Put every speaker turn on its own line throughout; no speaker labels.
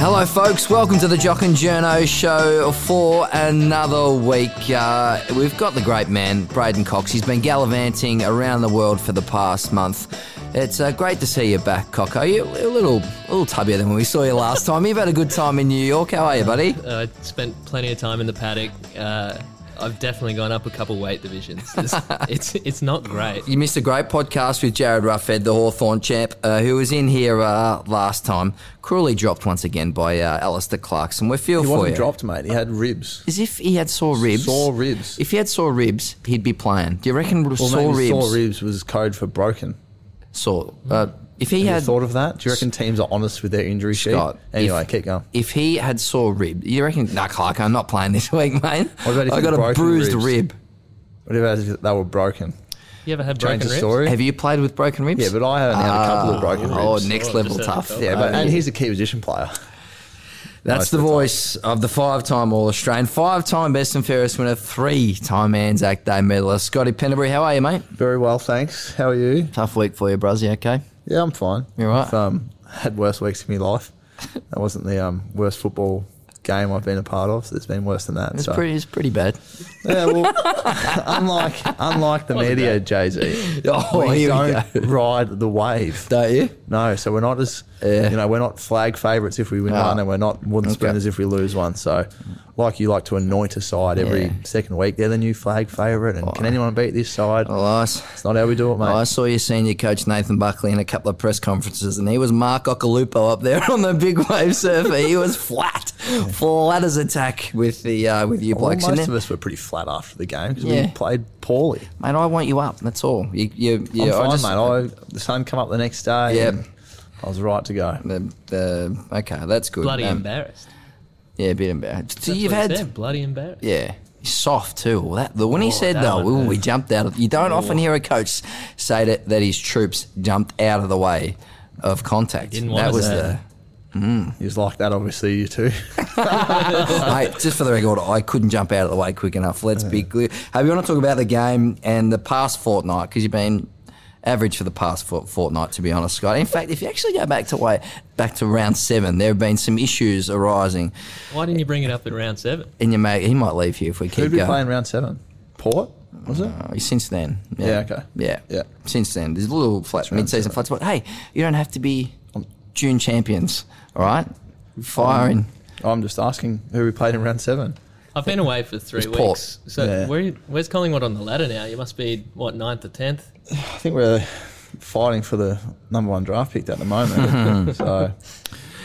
Hello, folks. Welcome to the Jock and Journo show for another week. Uh, we've got the great man, Braden Cox. He's been gallivanting around the world for the past month. It's uh, great to see you back, Coco. You're a little, a little tubbier than when we saw you last time. You've had a good time in New York. How are you, buddy?
Uh, I spent plenty of time in the paddock. Uh, I've definitely gone up a couple weight divisions. It's it's, it's not great.
You missed a great podcast with Jared Ruffhead, the Hawthorn champ, uh, who was in here uh, last time. Cruelly dropped once again by uh, Alistair Clarkson. We feel
He
for
wasn't
you.
dropped, mate. He had ribs.
As if he had sore ribs.
Sore ribs.
If he had sore ribs, he'd be playing. Do you reckon
Well,
sore, ribs,
maybe Sore ribs was code for broken.
Sore. Uh, if he
Have
had
you thought of that? Do you reckon teams are honest with their injury
Scott,
sheet? Anyway,
if-
keep going.
if he had sore rib, you reckon? Nah, Clark, I'm not playing this week, mate.
What about if
I
you
got a
broken
bruised
ribs?
rib.
Whatever they were broken.
You ever had broken
Change the
ribs?
story.
Have you played with broken ribs?
yeah, but I only had a couple of broken
oh,
ribs.
next
Oh,
level
just
tough.
had a
yeah,
Oh,
but, and he's a key position player.
That's
Most
the
of the
voice of the five-time All-Australian, five-time Best and Fairest winner, three-time Anzac Day medalist, Scotty Penderbury. How are you, mate?
Very well, thanks. How are you?
Tough week for you, Bros. You okay?
Yeah, I'm fine.
You all right?
I've um, had worse weeks in my life. That wasn't the um, worst football game I've been a part of. So it's been worse than that.
It's
so.
pretty. It's pretty bad.
Yeah, well, unlike unlike the media, Jay Z,
Oh,
we
here we
don't ride the wave.
Don't you?
No, so we're not as
Yeah.
you know we're not flag favourites if we win
Ah.
one, and we're not wooden
Okay.
spooners if we lose one. So, like you like to anoint a side every
Yeah. Oh.
second week, they're the new flag favourite, and can anyone beat this side?
Well, I, s-
It's not how we do it, mate.
I saw your senior coach Nathan Buckley in a couple of press conferences, and he was Mark Ocalupo up there on the big wave surfer. He was flat, flat as a tack with the uh, with you
Well,
blokes. And
most
then-
of us were pretty flat after the game because
Yeah.
we played poorly.
mate, I want you up. That's all. You, you, you
I'm fine,
I just-
mate. I, the sun come up the next day.
Yep.
and I was right to go.
The- the- okay, that's good.
Bloody
Um,
embarrassed.
Yeah, a bit embarrassed. So
That's
you've
what
had
he said, bloody embarrassed.
yeah. He's soft too. Well, that, the, when he
Oh,
said
that
though,
one,
ooh,
yeah. Oh.
we jumped out. Of, you don't often hear a coach say that, that his troops jumped out of the way of contact.
Didn't want
that
us
was
there.
the
He was like that, obviously. You too.
Mate, just for the record, I couldn't jump out of the way quick enough. Let's be clear. Hey, we want to talk about the game and the past fortnight because you've been average for the past fort- fortnight, to be honest, Scott. In fact, if you actually go back to way back to round seven, there have been some issues arising,
Why didn't you bring it up at round seven?
and you may he might leave here if we keep
Who'd be
going.
playing round seven? Port was it?
Uh, since then,
Yeah, okay.
yeah,
Yeah.
Since then, there's a little flat
round
mid-season
seven.
flat spot. Hey, you don't have to be
Um,
June champions, all right? Firing.
I'm just asking who we played in round seven.
I've been away for three
It's
weeks.
Port.
So
Yeah.
where, where's Collingwood on the ladder now? You must be what ninth or tenth.
I think we're fighting for the number one draft pick at the moment. so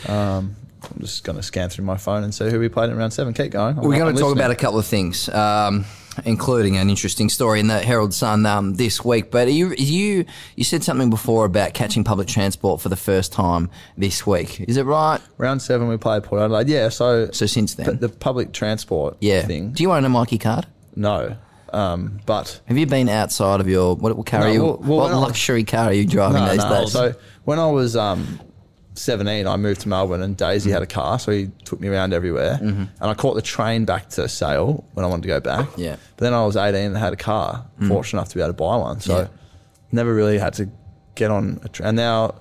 um, I'm just going to scan through my phone and see who we played in round seven. Keep going. I'm-
We're going
I'm
to talk about
listening.
a couple of things, um, including an interesting story in the Herald Sun um, this week. But you, you, you said something before about catching public transport for the first time this week. Is it right?
round seven. We played Port Adelaide. Yeah. So,
So since then,
p- the public transport
yeah.
thing.
Do you own a Mikey card?
no. Um, but
Have you been outside of your what, what car
No,
are you?
well- well,
what
when I-
luxury car are you driving
no,
these
no.
days?
So when I was um, 17, I moved to Melbourne and Daisy
Mm-hmm.
had a car, so he took me around everywhere. And I caught the train back to Sale when I wanted to go back.
Yeah. Mm.
But then I was 18 and had a car, fortunate enough to be able to buy one. So
Yeah.
never really had to get on a train. And now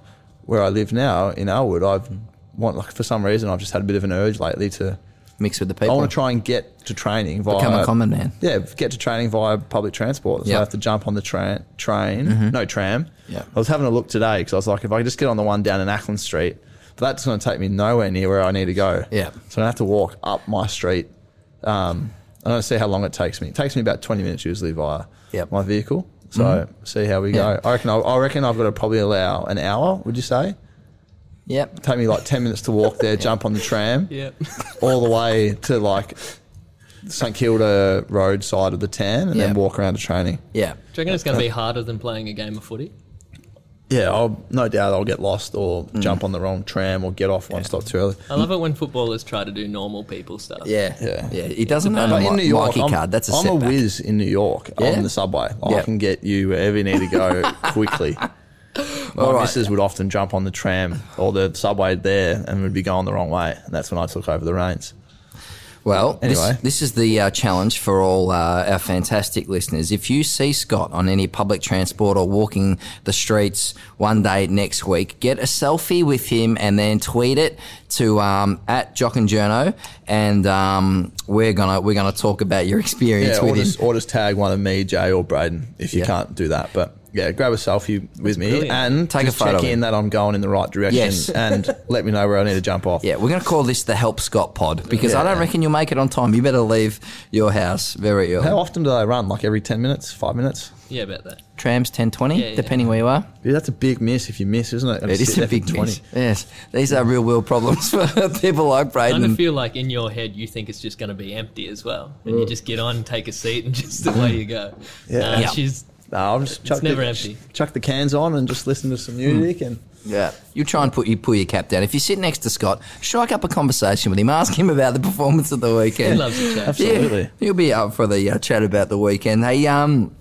where I live now in Elwood, I've want like for some reason I've just had a bit of an urge lately to
Mixed with the
I
people.
want to try and get to training via
Become a common man.
yeah, get to training via public transport. So
Yeah. Mm-hmm.
I have to jump on the tra- train, no tram.
Yeah.
I was having a look today because I was like, if I could just get on the one down in Ackland Street, but that's going to take me nowhere near where I need to go.
Yeah.
So I have to walk up my street. Um, I don't see how long it takes me. It takes me about 20 minutes usually via
Yep. Mm-hmm.
my vehicle. So see how we
Yeah.
go. I reckon, I, I reckon I've got to probably allow an hour, would you say?
Yep.
Take me like 10 minutes to walk there, jump on the tram
Yep.
all the way to like St Kilda Road side of the town and
Yeah.
then walk around to training.
Yeah.
Do you reckon it's going to be harder than playing a game of footy?
Yeah, I'll no doubt I'll get lost or jump on the wrong tram or get off one stop too early.
I love it when footballers try to do normal people stuff.
Yeah.
Yeah.
Yeah. He doesn't own a
But in New
Mi-
York,
Mikey
I'm,
card. That's a
I'm
setback.
a whiz in New York
Yeah?
on the subway.
Yeah.
I can get you wherever you need to go quickly. My
right.
missus would often jump on the tram or the subway there and would be going the wrong way, and that's when I took over the reins.
Well,
Anyway.
this, this is the uh, challenge for all uh, our fantastic listeners. If you see Scott on any public transport or walking the streets one day next week, get a selfie with him and then tweet it to um, at Jock and Journo, and um, we're gonna we're gonna talk about your experience
Yeah,
with
or
him.
just, or just tag one of me, Jay, or Braden if you
Yeah.
can't do that. But yeah, grab a selfie with me
brilliant.
and
Take a
just
photo
check
of it.
in that I'm going in the right direction
Yes.
and let me know where I need to jump off.
Yeah, we're going to call this the Help Scott Pod because I don't
Yeah.
reckon you'll make it on time. You better leave your house very early.
How often do they run? Like every 10 minutes, five minutes?
Yeah, about that.
Trams ten twenty,
yeah.
depending where you are.
Dude, that's a big miss if you miss, isn't it?
It is a big miss. Yes, these are real world problems for people like
Kind
Braden.
of feel like in your head you think it's just going to be empty as well, and you just get on, take a seat, and just away you go.
Mm. Yeah.
Nah,
Yeah.
she's
No, I'm just chuck
never
the,
empty.
Chuck the cans on and just listen to some music
Hmm.
and
Yeah, you try and put you pull your cap down. If you sit next to Scott, strike up a conversation with him. Ask him about the performance of the
he
weekend.
loves the chat.
Absolutely.
Yeah, you'll be up for the uh, chat about the weekend. Hey, um,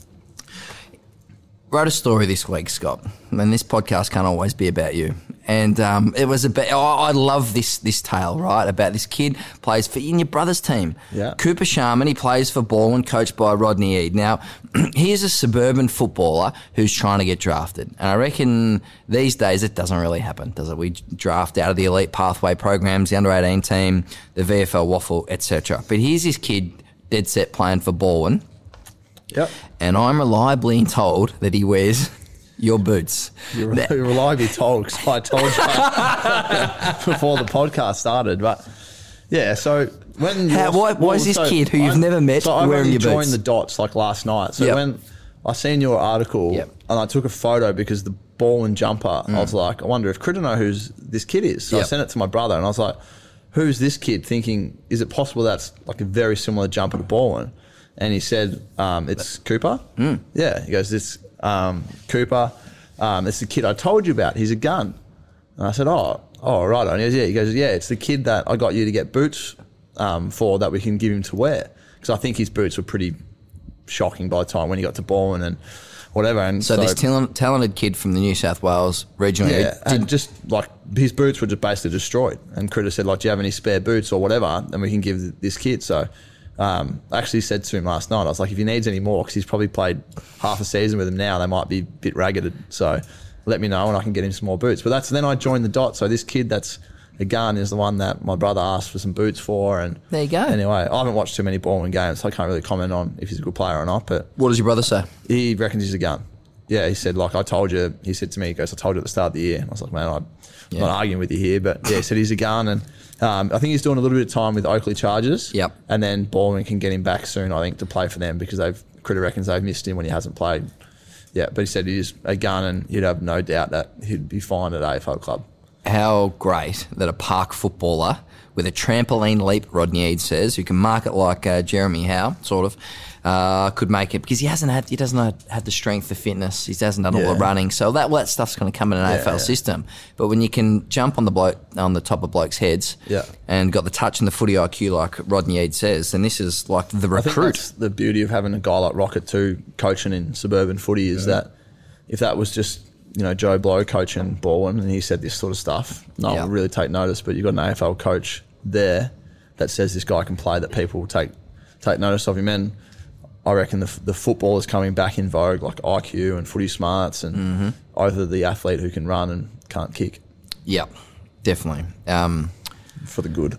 wrote a story this week, Scott, and this podcast can't always be about you. And um, it was about. Oh, I love this this tale, right? About this kid plays for in your brother's team.
Yeah.
Cooper Sharman. He plays for Ballin, coached by Rodney Eade. Now, he is a suburban footballer who's trying to get drafted, and I reckon these days it doesn't really happen, does it? We draft out of the elite pathway programs, the under eighteen team, the VFL waffle, etc. But here's this kid dead set playing for Ballin
yep.
and I'm reliably told that he wears your boots.
You're reliably told 'cause I told you before the podcast started. But yeah, so when
How-
you're-
why- why is this kid who you've never met
So I
wearing your
joined
boots?
the dots like last night. So
Yep.
when I seen your article
Yep.
and I took a photo because the ball and jumper, I was like, I wonder if Critter know who's this kid is. So
Mm. Yep.
I sent it to my brother and I was like, Who's this kid? Thinking, is it possible that's like a very similar jumper to Ballin? And he said, um, It's Cooper. Mm. Yeah, he goes, This um, Cooper. Um, it's the kid I told you about. He's a gun. And I said, oh, oh, right. And he goes, yeah. He goes, yeah, it's the kid that I got you to get boots um, for that we can give him to wear. Because I think his boots were pretty shocking by the time when he got to Bourne and whatever. And
So, this tal- talented kid from the New South Wales regional,
yeah,
did-
and just like his boots were just basically destroyed. And Critter said, like, do you have any spare boots or whatever? And we can give th- this kid. So um, I actually said to him last night, I was like, if he needs any more, because he's probably played half a season with him now, they might be a bit ragged. So let me know and I can get him some more boots. But that's then I joined the dot. So this kid that's a gun is the one that my brother asked for some boots for. And
There you go.
Anyway, I haven't watched too many Baldwin games, so I can't really comment on if he's a good player or not. But
what does your brother say?
he reckons he's a gun. Yeah, he said, like, I told you, he said to me, he goes, I told you at the start of the year. And I was like, man, I'm
Yeah.
not arguing with you here. But yeah, he said he's a gun. And um, I think he's doing a little bit of time with Oakley Chargers.
Yep.
And then Baldwin can get him back soon, I think, to play for them because they've, Critter reckons they've missed him when he hasn't played. Yeah, but he said he is a gun and he'd have no doubt that he'd be fine at AFL club.
How great that a park footballer with a trampoline leap, Rodney Eade says, who can mark it like uh, Jeremy Howe, sort of, uh, could make it because he hasn't had he doesn't have- have the strength, the fitness, he hasn't done all the
Yeah.
running, so that all that stuff's going to come in an AFL
yeah.
system. But when you can jump on the bloke on the top of blokes' heads,
Yeah.
and got the touch and the footy IQ like Rodney Eade says, and this is like the
I think
recruit.
that's the beauty of having a guy like Rocket too coaching in suburban footy is that if that was just you know Joe Blow coaching Baldwin and he said this sort of stuff, no one
Yeah.
would really take notice. But you've got an AFL coach there that says this guy can play that people will take take notice of him. And I reckon the f- the football is coming back in vogue, like IQ and footy smarts, and
Mm-hmm.
over the athlete who can run and can't kick
Yeah, definitely. Um,
for the good.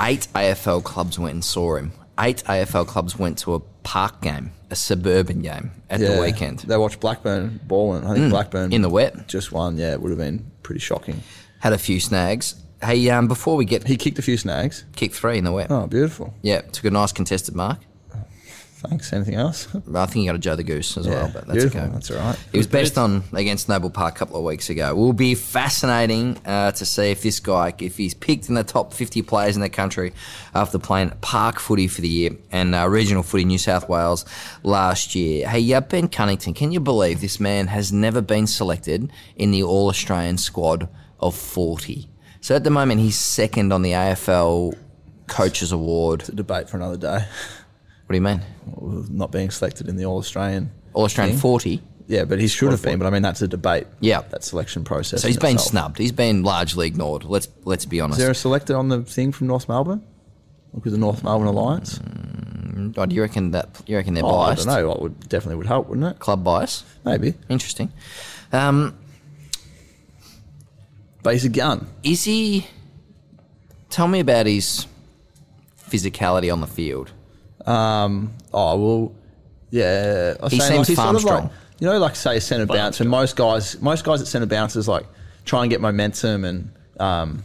eight AFL clubs went and saw him. Eight AFL clubs went to a park game, a suburban game at the weekend. Mm.
they watched Blackburn Baldwin. I think Blackburn
in the wet.
just won. Yeah, it would have been pretty shocking.
Had a few snags. Hey, um, before we get
He kicked a few snags.
kick three in the wet,
Oh, beautiful.
yeah, took a nice contested mark.
Thanks. Anything else?
I think he got a Joe the Goose as well,
Yeah,
but that's
beautiful.
okay.
That's all right.
He was best on against Noble Park a couple of weeks ago. Will be fascinating uh, to see if this guy, if he's picked in the top 50 players in the country after playing park footy for the year and uh, regional footy in New South Wales last year. Hey, uh, Ben Cunnington, can you believe this man has never been selected in the All Australian squad of 40? So at the moment, he's second on the AFL Coaches Award.
It's a debate for another day.
What do you mean?
Not being selected in the All Australian.
All Australian 40?
Yeah, but he should have been. But I mean, that's a debate.
Yeah.
that selection process.
So he's
in
been
itself.
snubbed. He's been largely ignored. Let's let's be honest.
Is there a selector on the thing from North Melbourne? Look at the North Melbourne Alliance.
Oh, do you reckon that? You reckon they're
Oh, I
biased?
don't know. It would definitely would help, wouldn't it?
Club bias.
Maybe.
Interesting. Um,
Basic gun.
is he? Tell me about his physicality on the field.
Um, oh well, yeah. I was
He
saying,
seems
he's
farm strong.
Like, you know, like say centre bounce, and most guys, most guys at centre bounces like try and get momentum and um,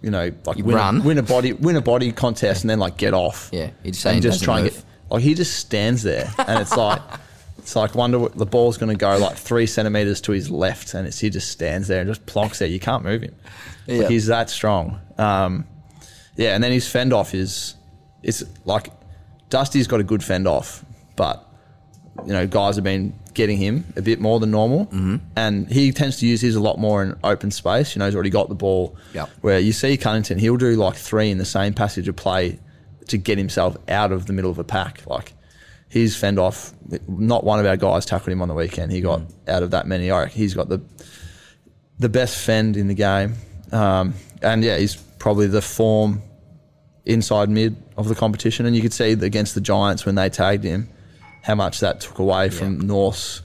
you know, like win,
run.
A, win a body, win a body contest, and then like get off.
Yeah, he'd say
and
he
just
doesn't
try and
move.
get. Like he just stands there, and it's like. It's like wonder what the ball's going to go like three centimeters to his left, and it's he just stands there and just plonks there. You can't move him. Like,
Yeah.
he's that strong. Um, yeah, and then his fend off is it's like Dusty's got a good fend off, but you know guys have been getting him a bit more than normal, mm-hmm. and he tends to use his a lot more in open space. You know, he's already got the ball.
Yep.
Where you see Cunnington, he'll do like three in the same passage of play to get himself out of the middle of a pack. Like his fend off, not one of our guys tackled him on the weekend. He got out of that many. I reckon he's got the the best fend in the game. Um, and yeah, he's probably the form inside mid of the competition. And you could see that against the Giants when they tagged him, how much that took away from North's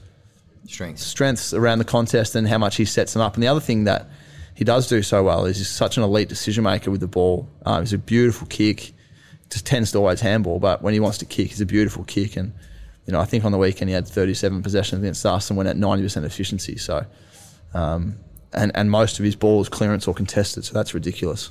Strengths.
strengths around the contest and how much he sets them up. And the other thing that he does do so well is he's such an elite decision maker with the ball. Um, he's a beautiful kick. Just tends to always handball, but when he wants to kick, he's a beautiful kick. And you know, I think on the weekend he had 37 possessions against us and went at 90% efficiency. So, um, and and most of his balls clearance or contested. So that's ridiculous.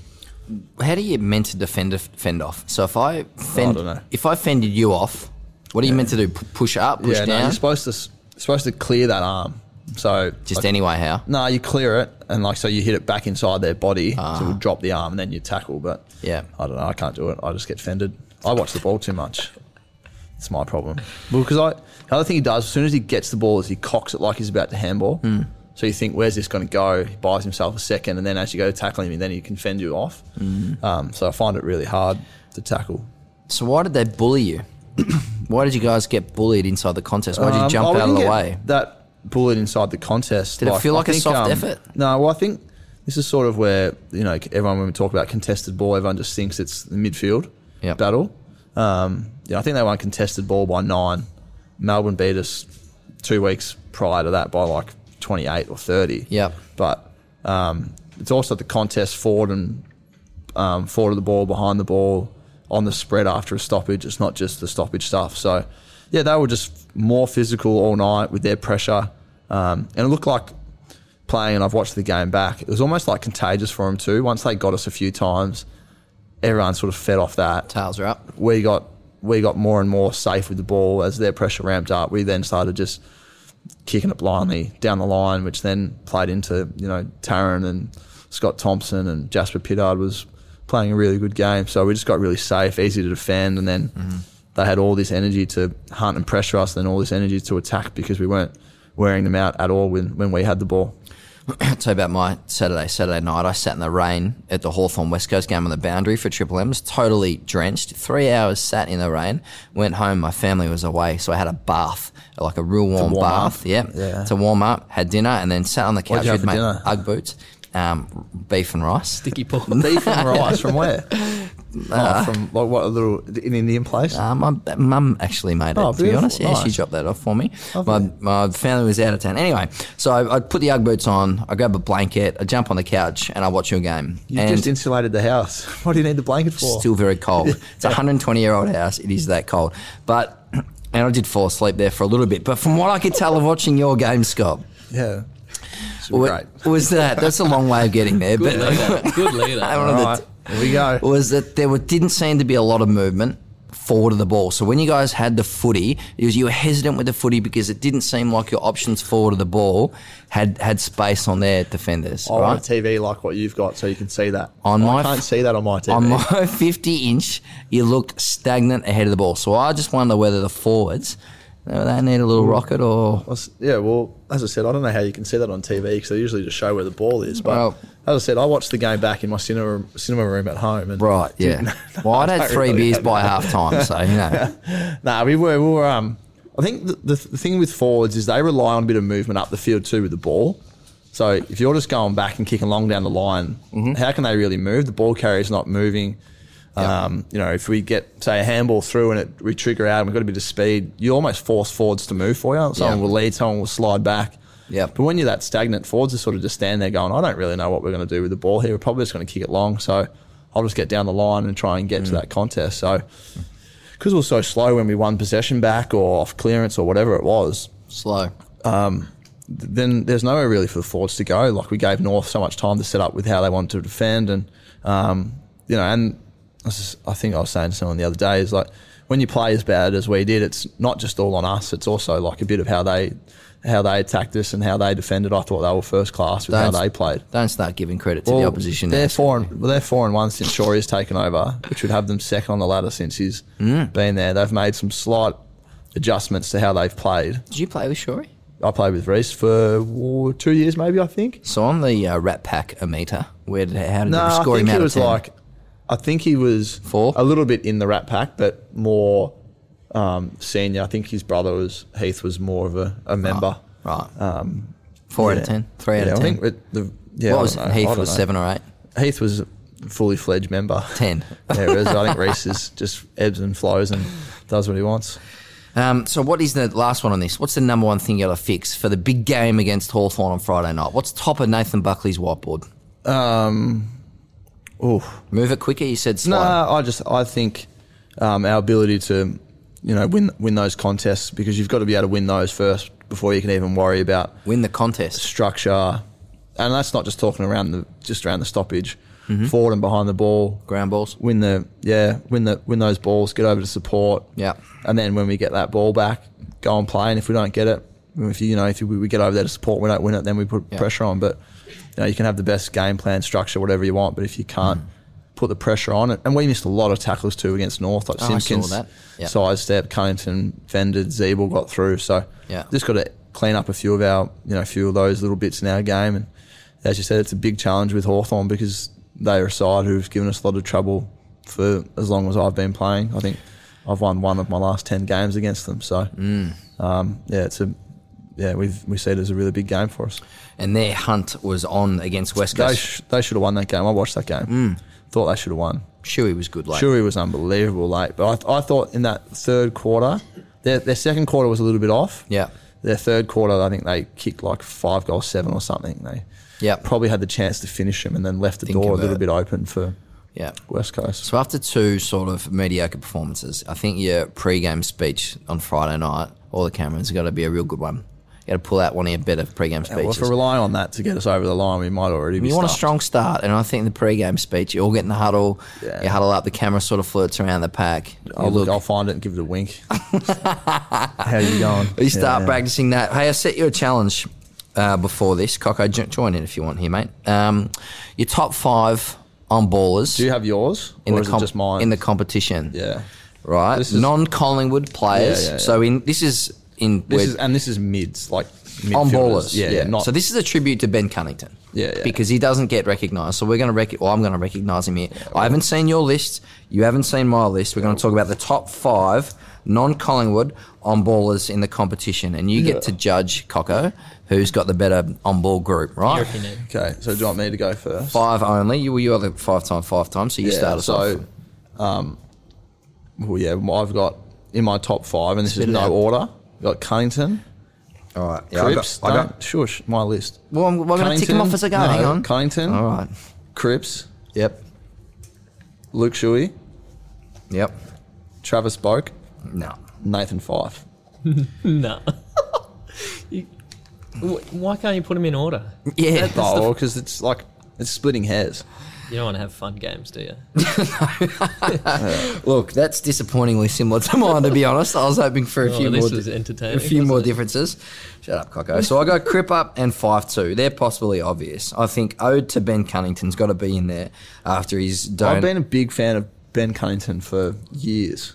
How do you meant to defend fend off? So if I fend,
dunno.
if I fended you off, what are you meant to do? P- push up, push
yeah, no,
down,
you're supposed to s- you're supposed to clear that arm. So
just
like,
anyway. How?
No, you clear it, and like so, you hit it back inside their body, so it'll drop the arm, and then you tackle. But
Ah. Yeah.
I don't know. I can't do it. I just get fended. I watch the ball too much. It's my problem. Well, because I the other thing he does as soon as he gets the ball is he cocks it like he's about to handball.
Hmm.
So you think, where's this going to go? He buys himself a second, and then as you go to tackle him, and then he can fend you off.
Hmm.
Um, so I find it really hard to tackle.
So why did they bully you? why did you guys get bullied inside the contest? Why did you
Um,
jump
I
out of
wouldn't
the
get
way?
That bullet inside the contest.
Did it feel
I um,
like a soft effort?
No, well, I think this is sort of where you know everyone when we talk about contested ball, everyone just thinks it's the midfield
Yep.
battle. Um, yeah, I think they won contested ball by nine. Melbourne beat us two weeks prior to that by like twenty eight or thirty.
Yep.
but um, it's also the contest forward and um, forward of the ball, behind the ball, on the spread after a stoppage. It's not just the stoppage stuff. So, yeah, they were just more physical all night with their pressure. Um, and it looked like playing, and I've watched the game back, it was almost like contagious for them too. Once they got us a few times, everyone sort of fed off that.
Tails are up.
We got we got more and more safe with the ball as their pressure ramped up. We then started just kicking it blindly down the line, which then played into you know Taron and Scott Thompson and Jasper Pittard was playing a really good game. So we just got really safe, easy to defend, and then they had all this energy to hunt and pressure us, and all this energy to attack because we weren't wearing them out at all when, when we had the ball.
So about my Saturday, Saturday night, I sat in the rain at the Hawthorn West Coast game on the boundary for Triple M's, totally drenched. Three hours sat in the rain, went home, my family was away, so I had a bath, like a real warm,
warm up?
bath. Yeah,
Yeah.
To warm up, had dinner, and then sat on the couch
you have
with
for
my
dinner?
Ugg boots, um, beef and rice.
Sticky Paul.
Beef and rice from where? Oh, from like what a little an Indian place.
Uh, my b- mum actually made it,
Oh,
to be honest. Yeah,
beautiful.
she
Nice.
dropped that off for me. My,
Lovely.
my family was out of town. Anyway, so I, I put the Ugg boots on, I grab a blanket, I jump on the couch, and I watch your game.
you
and
just insulated the house. What do you need the blanket for?
it's still very cold. It's a 120 year old house. It is that cold. But, and I did fall asleep there for a little bit. But from what I could tell of watching your game, Scott,
yeah. Should be
wa-
great. eh?
was that that's a long way of getting there.
Good
but
leader. Good
I
leader.
wanted
All
to-
right, here we go.
was that there were, didn't seem to be a lot of movement forward of the ball. So when you guys had the footy, it was you were hesitant with the footy because it didn't seem like your options forward of the ball had had space on their defenders.
I want
right?
a TV like what you've got, so you can see that.
On
I
my
can't
f-
see that on my TV.
On my 50 inch, you looked stagnant ahead of the ball. So I just wonder whether the forwards, whether they need a little rocket or.
I was- yeah, well, as I said, I don't know how you can see that on TV because they usually just show where the ball is. But
Well-
as I said, I watched the game back in my cinema cinema room at home. And
Right, yeah. Well, I'd had
don't
three
really
beers
have
by half time, so, you know.
Nah, we were. We were um, I think the, the, the thing with forwards is they rely on a bit of movement up the field too with the ball. So if you're just going back and kicking long down the line, how can they really move? The ball carrier's not moving. Um, You know, if we get say a handball through and it we trigger out and we've got a bit of speed, you almost force forwards to move for you. Someone
Yeah.
will lead, someone will slide back.
Yep.
But when you're that stagnant, forwards are sort of just standing there going, I don't really know what we're going to do with the ball here. We're probably just going to kick it long. So I'll just get down the line and try and get to that contest. So because we were so slow when we won possession back or off clearance or whatever it was,
Slow.
then there's nowhere really for the forwards to go. Like we gave North so much time to set up with how they wanted to defend, and um, you know, and this is- I think I was saying to someone the other day is like when you play as bad as we did, it's not just all on us. It's also like a bit of how they how they attacked us and how they defended. I thought they were first class with
Don't-
how they played.
Don't start giving credit to the
Well,
opposition.
They're
there.
four and well, they're four and one since Shorey's taken over, which would have them second on the ladder since he's
Mm.
been there. They've made some slight adjustments to how they've played.
Did you play with Shory?
I played with Reese for oh, two years, maybe I think.
So on the uh, Rat Pack Amita, where did, how did
No,
you score
I
him
think
out
he
of
was
10?
like, I think he was
Four?
a little bit in the Rat Pack, but more um, senior. I think his brother was Heath was more of a, a member.
right. um, Four out of
yeah.
ten, Ah. three out
Yeah,
of
I
ten.
think it- the, yeah, I
what was
don't know. I
Heath
don't
was
know.
seven or eight?
Heath was a fully fledged member.
Ten.
yeah, whereas I think Reese is just ebbs and flows and does what he wants.
Um, so what is the last one on this? What's the number one thing you got to fix for the big game against Hawthorn on Friday night? What's top of Nathan Buckley's whiteboard?
Um, Oh,
Move it quicker. You said slow.
No, I just I think um, our ability to you know win win those contests because you've got to be able to win those first before you can even worry about
Win the contest.
structure. And that's not just talking around the just around the stoppage, forward and behind the ball,
Ground balls.
win the yeah win the win those balls, get over to support.
Yeah.
and then when we get that ball back, go and play. And if we don't get it, if you, you know if we we get over there to support, we don't win it, then we put
Yeah.
pressure on. But you know you can have the best game plan structure, whatever you want, but if you can't
Mm.
put the pressure on it, and we missed a lot of tackles too against North, like
Oh, I saw
Simpkins,
that. Yeah.
sidestep, Cunnington, fended, Zeeble got through. So
Yeah.
just got to clean up a few of our you know a few of those little bits in our game. And as you said, it's a big challenge with Hawthorn because they are a side who've given us a lot of trouble for as long as I've been playing. I think I've won one of my last ten games against them. So um, yeah, it's a yeah we we see it as a really big game for us.
And their hunt was on against West
They
Coast.
sh- they should have won that game. I watched that game. Thought they should have won.
Shuey was good late.
Sure, he was unbelievable late, but I, th- I thought in that third quarter, their, their second quarter was a little bit off.
Yeah.
Their third quarter, I think they kicked like five goals, seven or something. They
Yeah.
probably had the chance to finish them and then left the
Think
door a
about
little
it.
bit open for
Yeah.
West Coast.
So after two sort of mediocre performances, I think your pre-game speech on Friday night, all the cameras, got to be a real good one. You got to pull out one of your better pre-game
Yeah, well,
speeches.
if we're relying on that to get us over the line, we might already be
you want a
stuffed.
strong start, and I think the pre-game speech, you all get in the huddle,
Yeah.
you huddle up, the camera sort of flirts around the pack. You
I'll,
look,
I'll find it and give it a wink. How you going?
you start
Yeah.
practicing that. Hey, I set you a challenge uh, before this. Coco, jo- join in if you want here, mate. Um, your top five on ballers
Do you have yours, or is
comp-
it just mine?
in the competition.
yeah,
right?
This is-
Non-Collingwood players.
Yeah, yeah, yeah.
So in this is in
this
we're-
is and this is mids like
on
midfielders.
ballers.
Yeah, yeah. Not
so this is a tribute to Ben Cunnington.
Yeah, yeah.
Because he doesn't get recognised, so we're going to rec- well, I'm going to recognise him here. I haven't seen your list. You haven't seen my list. We're going to talk about the top five non-Collingwood on ballers in the competition, and you
Yeah.
get to judge Coco, who's got the better on ball group,
You
right?
reckon, Nick?
okay. So do you want me to go first?
Five only. You were you are the five time, five time. So you start us
so,
off.
Um, well, yeah, I've got in my top five, and this
Spit
is
it
no
out.
order. I've got Cunnington,
All right. Yeah, I
Cripps.
got- I got-
don't- shush, my list.
well, I'm, we're going to tick him
Cunnington,
off as I go.
no,
Hang on.
Cunnington,
All right.
Cripps,
Yep.
Luke Shuey,
Yep.
Travis Boak,
No.
Nathan Fife.
No. You- wh- Why can't you put them in order?
Yeah.
Oh, because it's like it's splitting hairs.
You don't want to have fun games, do you?
Look, that's disappointingly similar to mine, to be honest. I was hoping for a
Oh,
few
this
more,
was entertaining,
a few
wasn't
more
it?
differences. Shut up, Coco. So I go Crip up and five two. They're possibly obvious. I think ode to Ben Cunnington's got to be in there after he's done.
I've been a big fan of Ben Cunnington for years,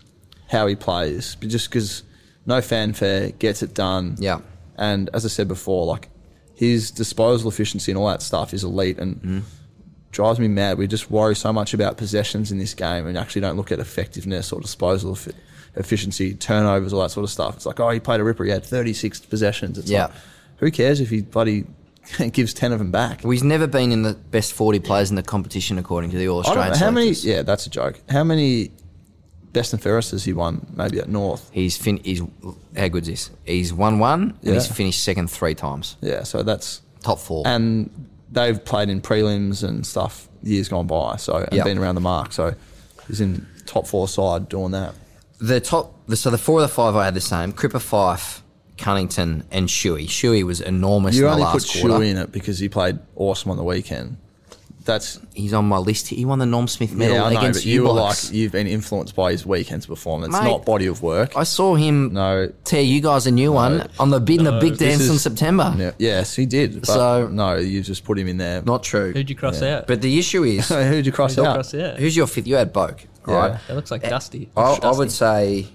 how he plays, but just because no fanfare gets it done.
Yeah.
And as I said before, like his disposal efficiency and all that stuff is elite and
Mm-hmm.
drives me mad. We just worry so much about possessions in this game and actually don't look at effectiveness or disposal eff- efficiency, turnovers, all that sort of stuff. It's like, oh, he played a ripper. He had 36 possessions. It's
Yeah.
like, who cares if he bloody and gives ten of them back.
Well, he's never been in the best 40 players in the competition, according to the All
I
Australian.
don't know how many.
selectors.
Yeah, that's a joke. How many best and fairest has he won? Maybe at North.
He's fin. He's how good's this? He's won one, and
Yeah.
he's finished second three times.
Yeah, so that's
Top four.
and they've played in prelims and stuff years gone by. So and
Yeah.
been around the mark. So he's in top four side doing that.
the top. The, so the four of the five I had the same: Cripper, Fife, Cunnington, and Shuey. Shuey was enormous
You
in the
only put
last quarter.
Shuey in it because he played awesome on the weekend. That's
He's on my list. He won the Norm Smith Medal
yeah, I know,
against
but you were like
Ubox.
you've been influenced by his weekend's performance,
Mate,
not body of work.
I saw him
no,
tear you guys a new one on the bid in the
No,
big
this
dance in
is-
September.
yeah, yes, he did. But
So-
no, you just put him in there.
Not true.
Who'd you cross out?
But the issue is,
So who'd you cross
Who'd you
out?
cross out?
who's your fifth? You had Boke, right?
That looks
Eh,
like Dusty.
I, I
Dusty.
would say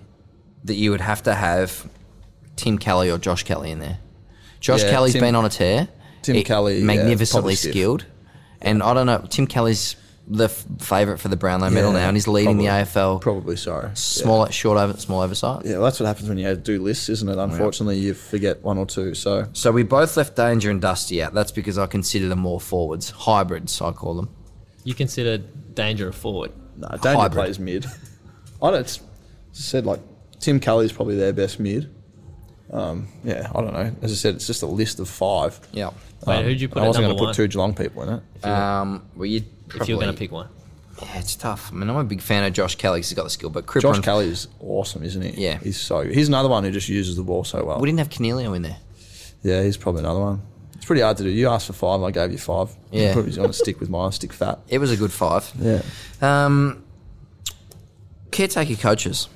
that you would have to have Tim Kelly or Josh Kelly in there. Josh
Yeah,
Kelly's
Tim-
been on a tear.
Tim Kelly, yeah,
magnificently
probably stiff.
skilled, and I don't know. Tim Kelly's the f- favorite for the Brownlow Medal
Yeah,
now, and he's leading the
probably.
AFL.
Probably so.
Small, short over, small oversight.
Yeah, well, that's what happens when you do lists, isn't
Oh,
it? Unfortunately, you forget one or two. So
So we both left Danger and Dusty out. That's because I consider them more forwards, hybrids. I call them.
You consider danger a forward.
no, Danger
Hybrid.
plays mid. I don't. It's just said like Tim Kelly's probably their best mid. Um, yeah, I don't know. As I said, it's just a list of five.
Yeah.
Wait,
Um,
who'd you put
I
at
wasn't
number
going to
one?
put two Geelong people in it.
Um. Well, you. E.
If you were
probably-
going to pick one,
Yeah, it's tough. I mean, I'm a big fan of Josh Kelly because he's got the skill, but Cripper
Josh
and-
Kelly is awesome, isn't he?
Yeah.
he's so. He's another one who just uses the ball so well.
We didn't have Canelio in there.
yeah, he's probably another one. It's pretty hard to do. You asked for five, I gave you five.
Yeah.
probably going to stick with mine. Stick fat.
It was a good five.
Yeah.
Um, caretaker coaches.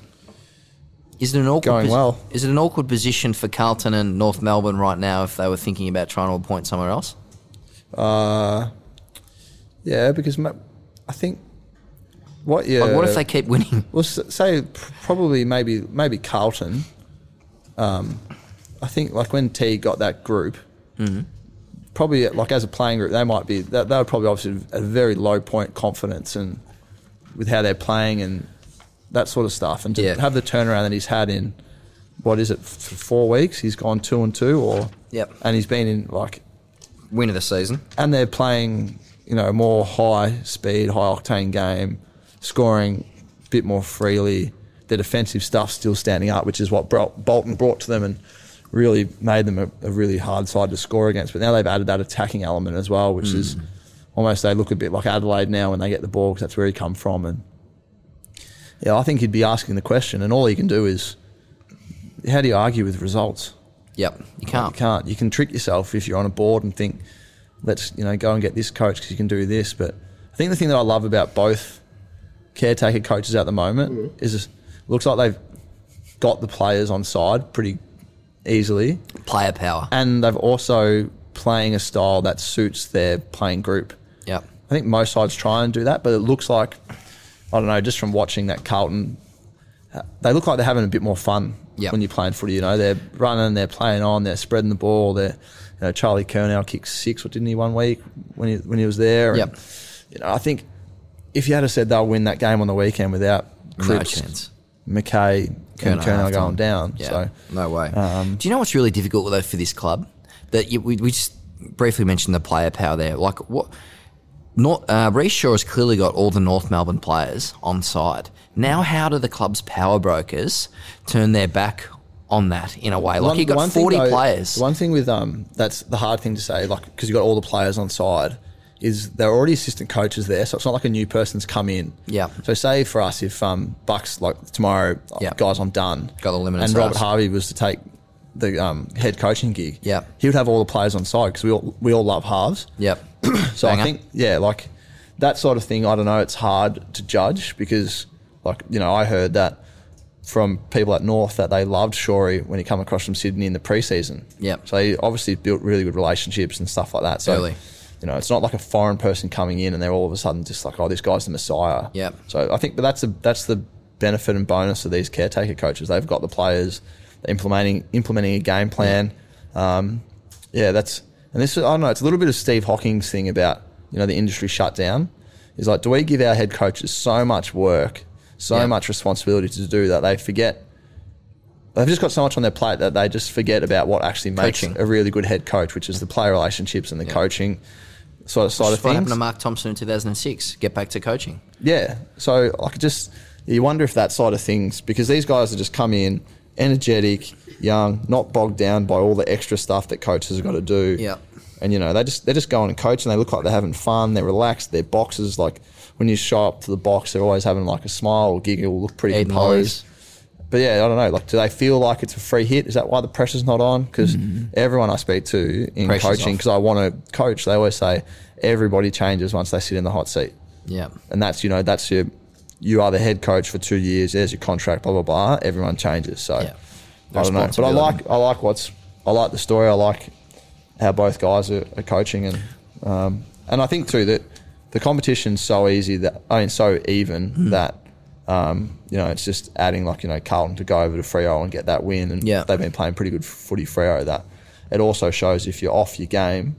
Is it an awkward
Going well.
Is it an awkward position for Carlton and North Melbourne right now if they were thinking about trying to appoint somewhere else?
Uh, yeah, because ma- I think what yeah.
Like, what if they keep winning?
well s- say pr- probably maybe maybe Carlton. Um, I think like when T got that group,
Mm-hmm.
probably like as a playing group, they might be that they were probably obviously at a very low point confidence and with how they're playing and that sort of stuff, and to
Yeah.
have the turnaround that he's had in what is it f- four weeks? He's gone two and two, or
Yep.
and he's been in like
Win of the season.
and they're playing, you know, more high speed, high octane game, scoring a bit more freely. Their defensive stuff still standing up, which is what Bro- Bolton brought to them and really made them a, a really hard side to score against. But now they've added that attacking element as well, which is almost they look a bit like Adelaide now when they get the ball because that's where he come from. And yeah, I think he'd be asking the question, and all he can do is, how do you argue with results?
Yep, you can't.
You can't. You can trick yourself if you're on a board and think, let's you know go and get this coach because you can do this. But I think the thing that I love about both caretaker coaches at the moment is it looks like they've got the players on side pretty easily,
Player power.
and they've also playing a style that suits their playing group.
Yep.
I think most sides try and do that, but it looks like I don't know. Just from watching that Carlton, uh, they look like they're having a bit more fun
Yep.
when you're playing footy. You know, they're running, they're playing on, they're spreading the ball. They're you know, Charlie Kernow kicked six, what didn't he one week when he when he was there? And,
Yep.
You know, I think if you had have said they'll win that game on the weekend without
No
Cripps,
chance.
McKay, and Kernow
half-time.
going down,
Yeah,
so
no way.
um,
Do you know what's really difficult though for this club? That you, we, we just briefly mentioned the player power there. Like what? Not uh, Reece Shaw has clearly got all the North Melbourne players on side. Now, how do the club's power brokers turn their back on that in a way? Like you got
thing,
forty
though-
players.
the One thing with um, that's the hard thing to say, like because you got all the players on side, is they're already assistant coaches there, so it's not like a new person's come in.
Yeah.
So say for us, if um, Bucks like tomorrow, uh,
Yeah.
guys, I'm done.
Got the limit of
And Robert
size.
Harvey was to take the um, head coaching gig.
Yeah.
He would have all the players on side because we all we all love halves.
yep.
So
Banger.
I think, yeah, like that sort of thing, I don't know, it's hard to judge because, like, you know, I heard that from people at North that they loved Shorey when he come across from Sydney in the preseason.
Yep.
So he obviously built really good relationships and stuff like that. So,
Early.
you know, it's not like a foreign person coming in and they're all of a sudden just like, oh, this guy's the messiah.
Yep.
So I think but that's, the that's the benefit and bonus of these caretaker coaches. They've got the players implementing, implementing a game plan. Um, yeah, that's and this is, I don't know. It's a little bit of Steve Hawking's thing about you know the industry shutdown. Is like, do we give our head coaches so much work, so
Yeah.
much responsibility to do that they forget they've just got so much on their plate that they just forget about what actually makes
Coaching.
a really good head coach, which is the player relationships and the coaching sort of side of
That's what happened
things.
to Mark Thompson in 2006. Get back to coaching.
Yeah. So I could just you wonder if that side of things because these guys are just come in energetic, young, not bogged down by all the extra stuff that coaches have got to do.
Yeah.
And you know, they just they just go on and coach and they look like they're having fun, they're relaxed, their boxes like when you show up to the box, they're always having like a smile or giggle, look pretty
Aiden
composed.
Hollies.
But yeah, I don't know. Like, do they feel like it's a free hit? Is that why the pressure's not on? Because everyone I speak to in
Mm-hmm. Pressure's
coaching,
off.
because I want to coach, they always say everybody changes once they sit in the hot seat
Yeah.
and that's you know that's your you are the head coach for two years. There's your contract, blah blah blah. Everyone changes,
Yeah.
so I don't know. But I
Responsibility.
like I like what's I like the story. I like how both guys are, are coaching, and um, and I think too that the competition's so easy that I mean so even that um, you know it's just adding like you know Carlton to go over to Freo and get that win, and
Yeah.
they've been playing pretty good footy Freo. That it also shows if you're off your game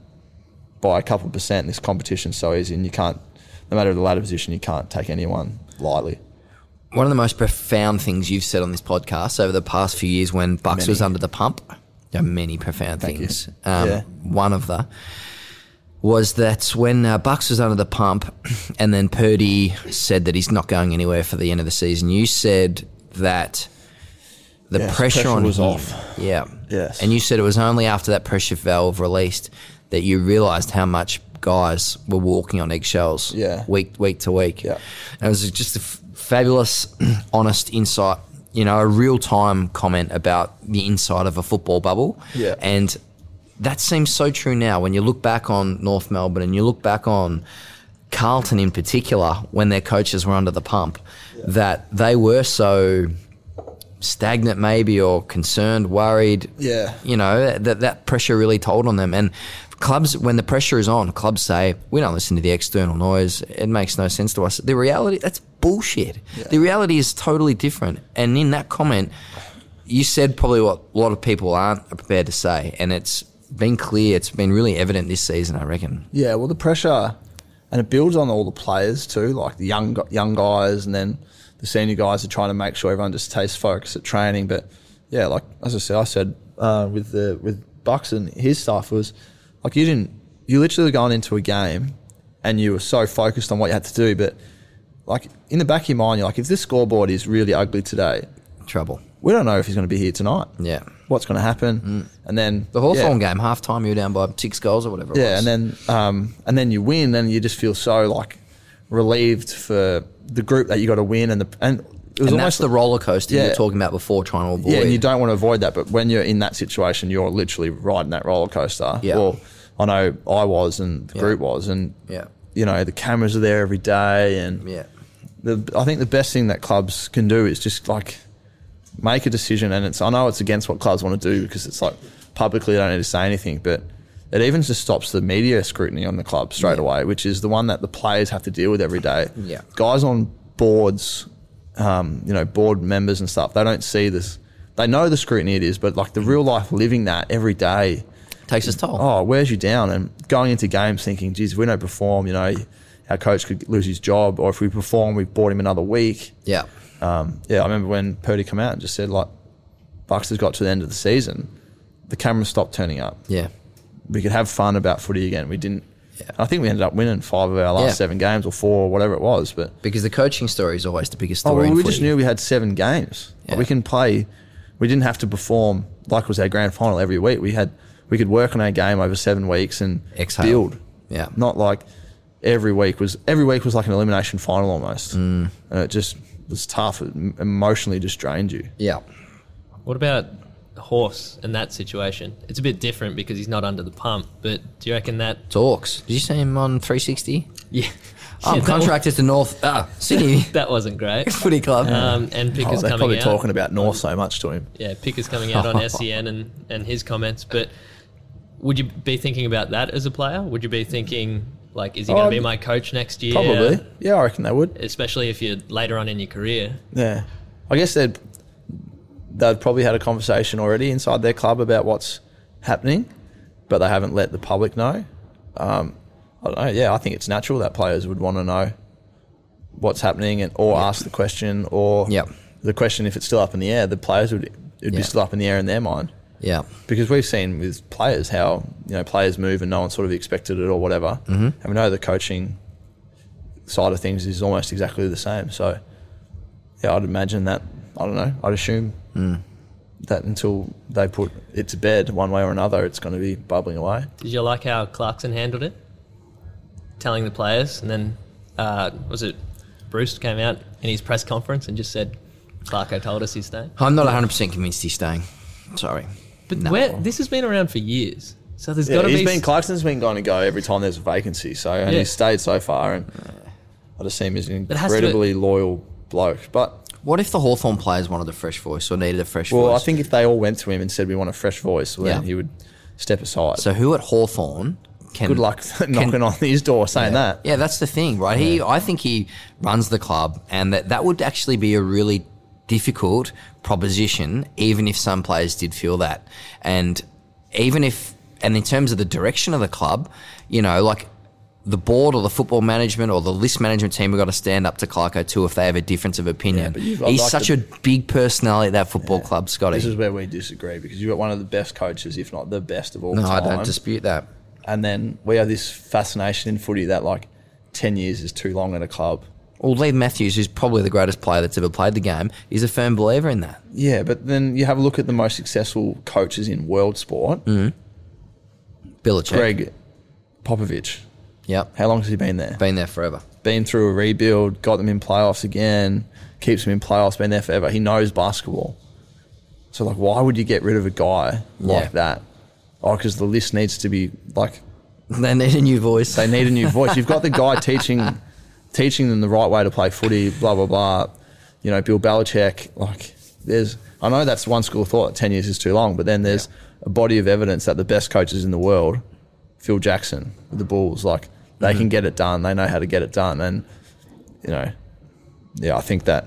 by a couple of percent. This competition's so easy, and you can't, no matter the ladder position, you can't take anyone lightly.
One of the most profound things you've said on this podcast over the past few years when Bucks was under the pump, there are many profound
Thank you.
things. Um,
Yeah.
One of the was that when uh, Bucks was under the pump and then Purdy said that he's not going anywhere for the end of the season, you said that the
Yes,
pressure,
pressure
on
was
him-
off.
Yeah.
Yes.
And you said it was only after that pressure valve released that you realized how much guys were walking on eggshells
Yeah.
week week to week.
Yeah.
And it was just a f- fabulous, honest insight. You know, a real time comment about the inside of a football bubble.
Yeah.
And that seems so true now when you look back on North Melbourne and you look back on Carlton in particular when their coaches were under the pump, that they were so stagnant maybe or concerned, worried.
Yeah.
You know, that that pressure really told on them. And clubs when the pressure is on, clubs say, We don't listen to the external noise. It makes no sense to us. The reality that's bullshit. The reality is totally different. And in that comment, you said probably what a lot of people aren't prepared to say. And it's been clear, it's been really evident this season, I reckon.
Yeah, well, the pressure, and it builds on all the players too, like the young gu- young guys, and then the senior guys are trying to make sure everyone just stays focused at training. But yeah, like as I said, I said uh, with the with Bucks and his stuff was like you didn't, you literally were going into a game, and you were so focused on what you had to do, but. Like in the back of your mind, you're like, if this scoreboard is really ugly today,
Trouble.
we don't know if he's going to be here tonight.
Yeah. Mm.
what's going to happen, and then
The Hawthorn game, half time you were down by six goals or whatever it
yeah,
was.
and then um, and then you win, and you just feel so like relieved for the group that you got to win, and the and it was
and that's
almost
the roller coaster you
Yeah.
were talking about before trying to avoid.
yeah, and you don't want to avoid that, but when you're in that situation, you're literally riding that roller coaster.
Yeah.
Well, I know I was, and the group was, and
Yeah.
you know the cameras are there every day, and
Yeah.
the I think the best thing that clubs can do is just like make a decision, and it's I know it's against what clubs want to do because it's like publicly they don't need to say anything, but it even just stops the media scrutiny on the club straight away, which is the one that the players have to deal with every day.
Yeah.
guys on boards, um, you know, board members and stuff, they don't see this. They know the scrutiny it is, but like the real life living that every day,
takes its toll.
oh, it wears you down. And going into games thinking, geez, if we don't perform, you know, our coach could lose his job, or if we perform, we've bought him another week.
Yeah.
Um, yeah, I remember when Purdy come out and just said, like, Bucks has got to the end of the season, the cameras stopped turning up.
Yeah.
We could have fun about footy again. We didn't. I think we ended up winning five of our last
Yeah.
seven games or four or whatever it was. But
Because the coaching story is always the biggest
Oh,
story.
well,
in
we just
footy.
knew we had seven games. Like,
Yeah.
we can play. We didn't have to perform like it was our grand final every week. We had we could work on our game over seven weeks and
Exhale.
build.
Yeah.
Not like every week was every week was like an elimination final almost, mm. and it just was tough. It em- emotionally just drained you.
Yeah.
What about Horse in that situation? It's a bit different because he's not under the pump, but do you reckon that?
Talks. Did you see him on 360?
Yeah.
I'm
Yeah, that
contracted to North uh, Sydney
wa- That wasn't great.
Footy Club.
Um, and
Oh,
Picker's
they're
coming
probably
out.
talking about North so much to him.
Yeah, Picker's coming out on SEN and, and his comments. But would you be thinking about that as a player? Would you be thinking, like, is he going
Um,
to be my coach next year?
Probably. Yeah, I reckon they would.
Especially if you're later on in your career.
Yeah, I guess they'd they've probably had a conversation already inside their club about what's happening, but they haven't let the public know. Um, I don't know. Yeah, I think it's natural that players would want to know what's happening and or ask the question or
Yep.
the question if it's still up in the air. The players would it'd
Yeah.
be still up in the air in their mind.
Yeah.
Because we've seen with players how you know players move and no one sort of expected it or whatever, and we know the coaching side of things is almost exactly the same. So, yeah, I'd imagine that. I don't know. I'd assume that until they put it to bed one way or another, it's going to be bubbling away.
Did you like how Clarkson handled it? Telling the players, and then uh, was it Bruce came out in his press conference and just said, "Clarko told us he's staying."
I'm not 100% convinced he's staying. Sorry.
But
No.
where this has been around for years, so there's
Yeah,
got to
he's
be.
been Clarkson's been going to go every time there's a vacancy. So and
Yeah.
he's stayed so far, and I just see him as an
But it has to-
incredibly loyal bloke. But
What if the Hawthorn players wanted a fresh voice or needed a fresh
well, I
voice?
think if they all went to him and said we want a fresh voice, well, then
Yeah.
he would step aside.
so who at Hawthorn can
good luck knocking on his door saying that.
Yeah, that's the thing, right? He, I think he runs the club, and that that would actually be a really difficult proposition, even if some players did feel that, and even if, and in terms of the direction of the club, you know, like. The board or the football management or the list management team have got to stand up to Clarko too if they have a difference of opinion.
but you've- I'd
He's
like
such
to-
a big personality at that football club, Scotty.
This is where we disagree because you've got one of the best coaches, if not the best of all
no, I
time.
don't dispute that.
and then we have this fascination in footy that like ten years is too long at a club.
Well, Lee Matthews, who's probably the greatest player that's ever played the game, is a firm believer in that.
Yeah, but then you have a look at the most successful coaches in world sport.
Billichick.
Greg Popovich.
Yep.
How long has he been there?
Been there forever.
Been through a rebuild, got them in playoffs again, keeps them in playoffs, been there forever. He knows basketball. So, like, why would you get rid of a guy like
Yeah.
that? Oh, because the list needs to be like
They need a new voice.
they need a new voice. You've got the guy teaching teaching them the right way to play footy, blah blah blah. You know, Bill Belichick. Like, there's I know that's one school of thought. that Ten years is too long, but then there's a body of evidence that the best coaches in the world, Phil Jackson with the Bulls, like they can get it done. They know how to get it done, and you know, yeah, I think that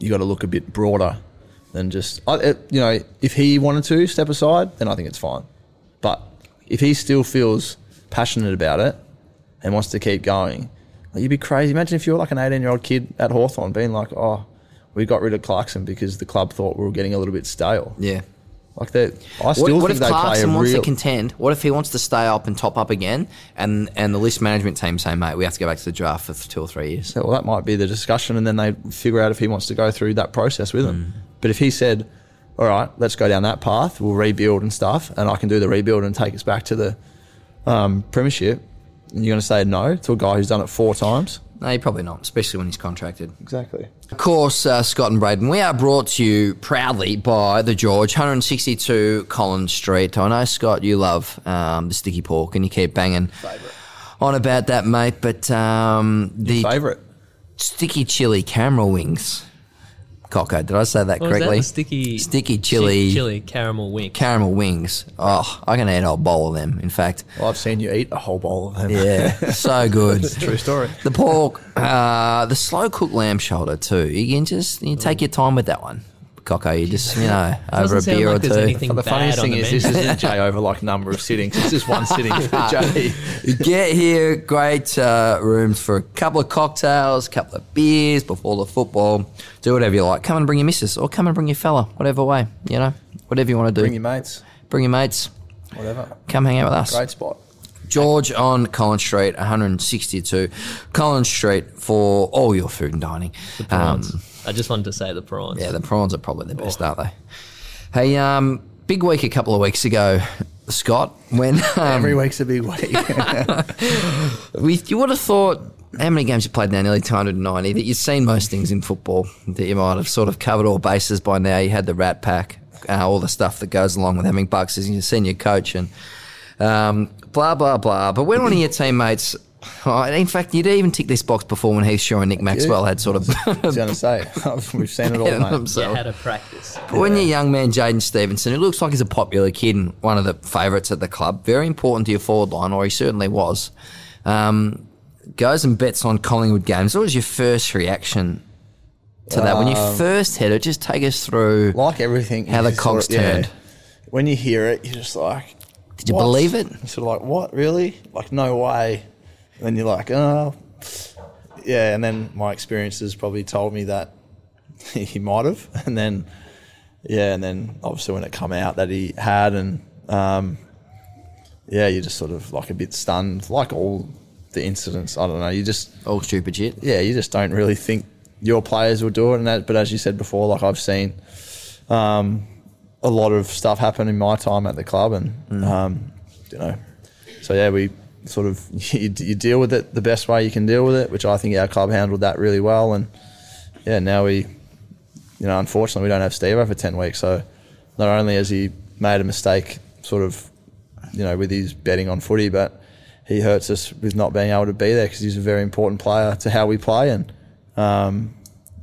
you got to look a bit broader than just I, it, you know. If he wanted to step aside, then I think it's fine. But if he still feels passionate about it and wants to keep going, like, you'd be crazy. Imagine if you were like an 18 year old kid at Hawthorn being like, oh, we got rid of Clarkson because the club thought we were getting a little bit stale.
yeah.
Like they, I
What,
still
what
think
if
they
Clarkson
play a
wants
real.
to contend? What if he wants to stay up and top up again? And and the list management team say, mate, we have to go back to the draft for two or three years.
So, well, that might be the discussion, and then they figure out if he wants to go through that process with them.
Mm.
But if he said, "All right, let's go down that path. We'll rebuild and stuff, and I can do the rebuild and take us back to the um, premiership," and you're going to say no to a guy who's done it four times?
No, you're probably not, especially when he's contracted.
Exactly.
Of course, uh, Scott and Braden, we are brought to you proudly by the George, 162 Collins Street. I know, Scott, you love um, the sticky pork and you keep banging on about that, mate. But um, the
Favorite.
sticky chili camera wings. Coco, did I say that
what was Oh, that?
correctly?
The sticky,
Sticky chili.
chi- chili caramel wing.
Caramel wings. Oh, I can eat a whole bowl of them. In fact,
Well, I've seen you eat a whole bowl of them.
yeah, so good.
True story.
The pork, uh, the slow cooked lamb shoulder too. You can just you take your time with that one, Coco. You just you know over a
Doesn't sound
beer
like
or
there's
two.
anything
the
bad
funniest
on
thing
the menu.
is, this isn't Jay over like number of sittings. It's just one sitting for Jay.
Get here, great uh, rooms for a couple of cocktails, couple of beers before the football. Do whatever you like. Come and bring your missus, or come and bring your fella, whatever way you know, whatever you want to do.
Bring your mates,
bring your mates.
whatever.
Come hang out with us.
Great spot.
George on Collins Street, 162 Collins Street for all your food and dining. Um,
prawns. Um, I just wanted to say the prawns.
yeah, the prawns are probably the best, aren't they? Hey, um, big week a couple of weeks ago, Scott, when um,
Every week's E a big week.
we, you would have thought how many games you played now, nearly 290, that you've seen most things in football, that you might have sort of covered all bases by now. You had the rat pack, uh, all the stuff that goes along with having Bucks as your senior coach and um, blah, blah, blah. But when one of your teammates, oh, in fact, you did even tick this box before when Heath Shaw and Nick Maxwell had sort of
I was going to say, we've seen it all, mate.
You
themselves.
had a practice.
But when your young man Jaden Stevenson, who looks like he's a popular kid and one of the favourites at the club, very important to your forward line, or he certainly was, um, goes and bets on Collingwood games. What was your first reaction to that when you
Um,
first hit it? Just take us through.
like everything.
How the
you sort of-
cogs turned.
When you hear it, you're just like,
Did you
"What?"
believe it?
You're sort of like, what, really? Like, no way. And then you're like, oh, yeah. And then my experiences probably told me that he might have. And then yeah, and then obviously when it come out that he had, and um, yeah, you're just sort of like a bit stunned, like all the incidents. I don't know, you just
All stupid shit.
yeah, you just don't really think your players will do it. And that, but as you said before, like I've seen um, a lot of stuff happen in my time at the club, and um, you know, so yeah, we sort of you, you deal with it the best way you can deal with it, which I think our club handled that really well. And yeah, now we, you know, unfortunately we don't have Steve for ten weeks, so not only has he made a mistake, sort of, you know, with his betting on footy, but he hurts us with not being able to be there because he's a very important player to how we play. And um,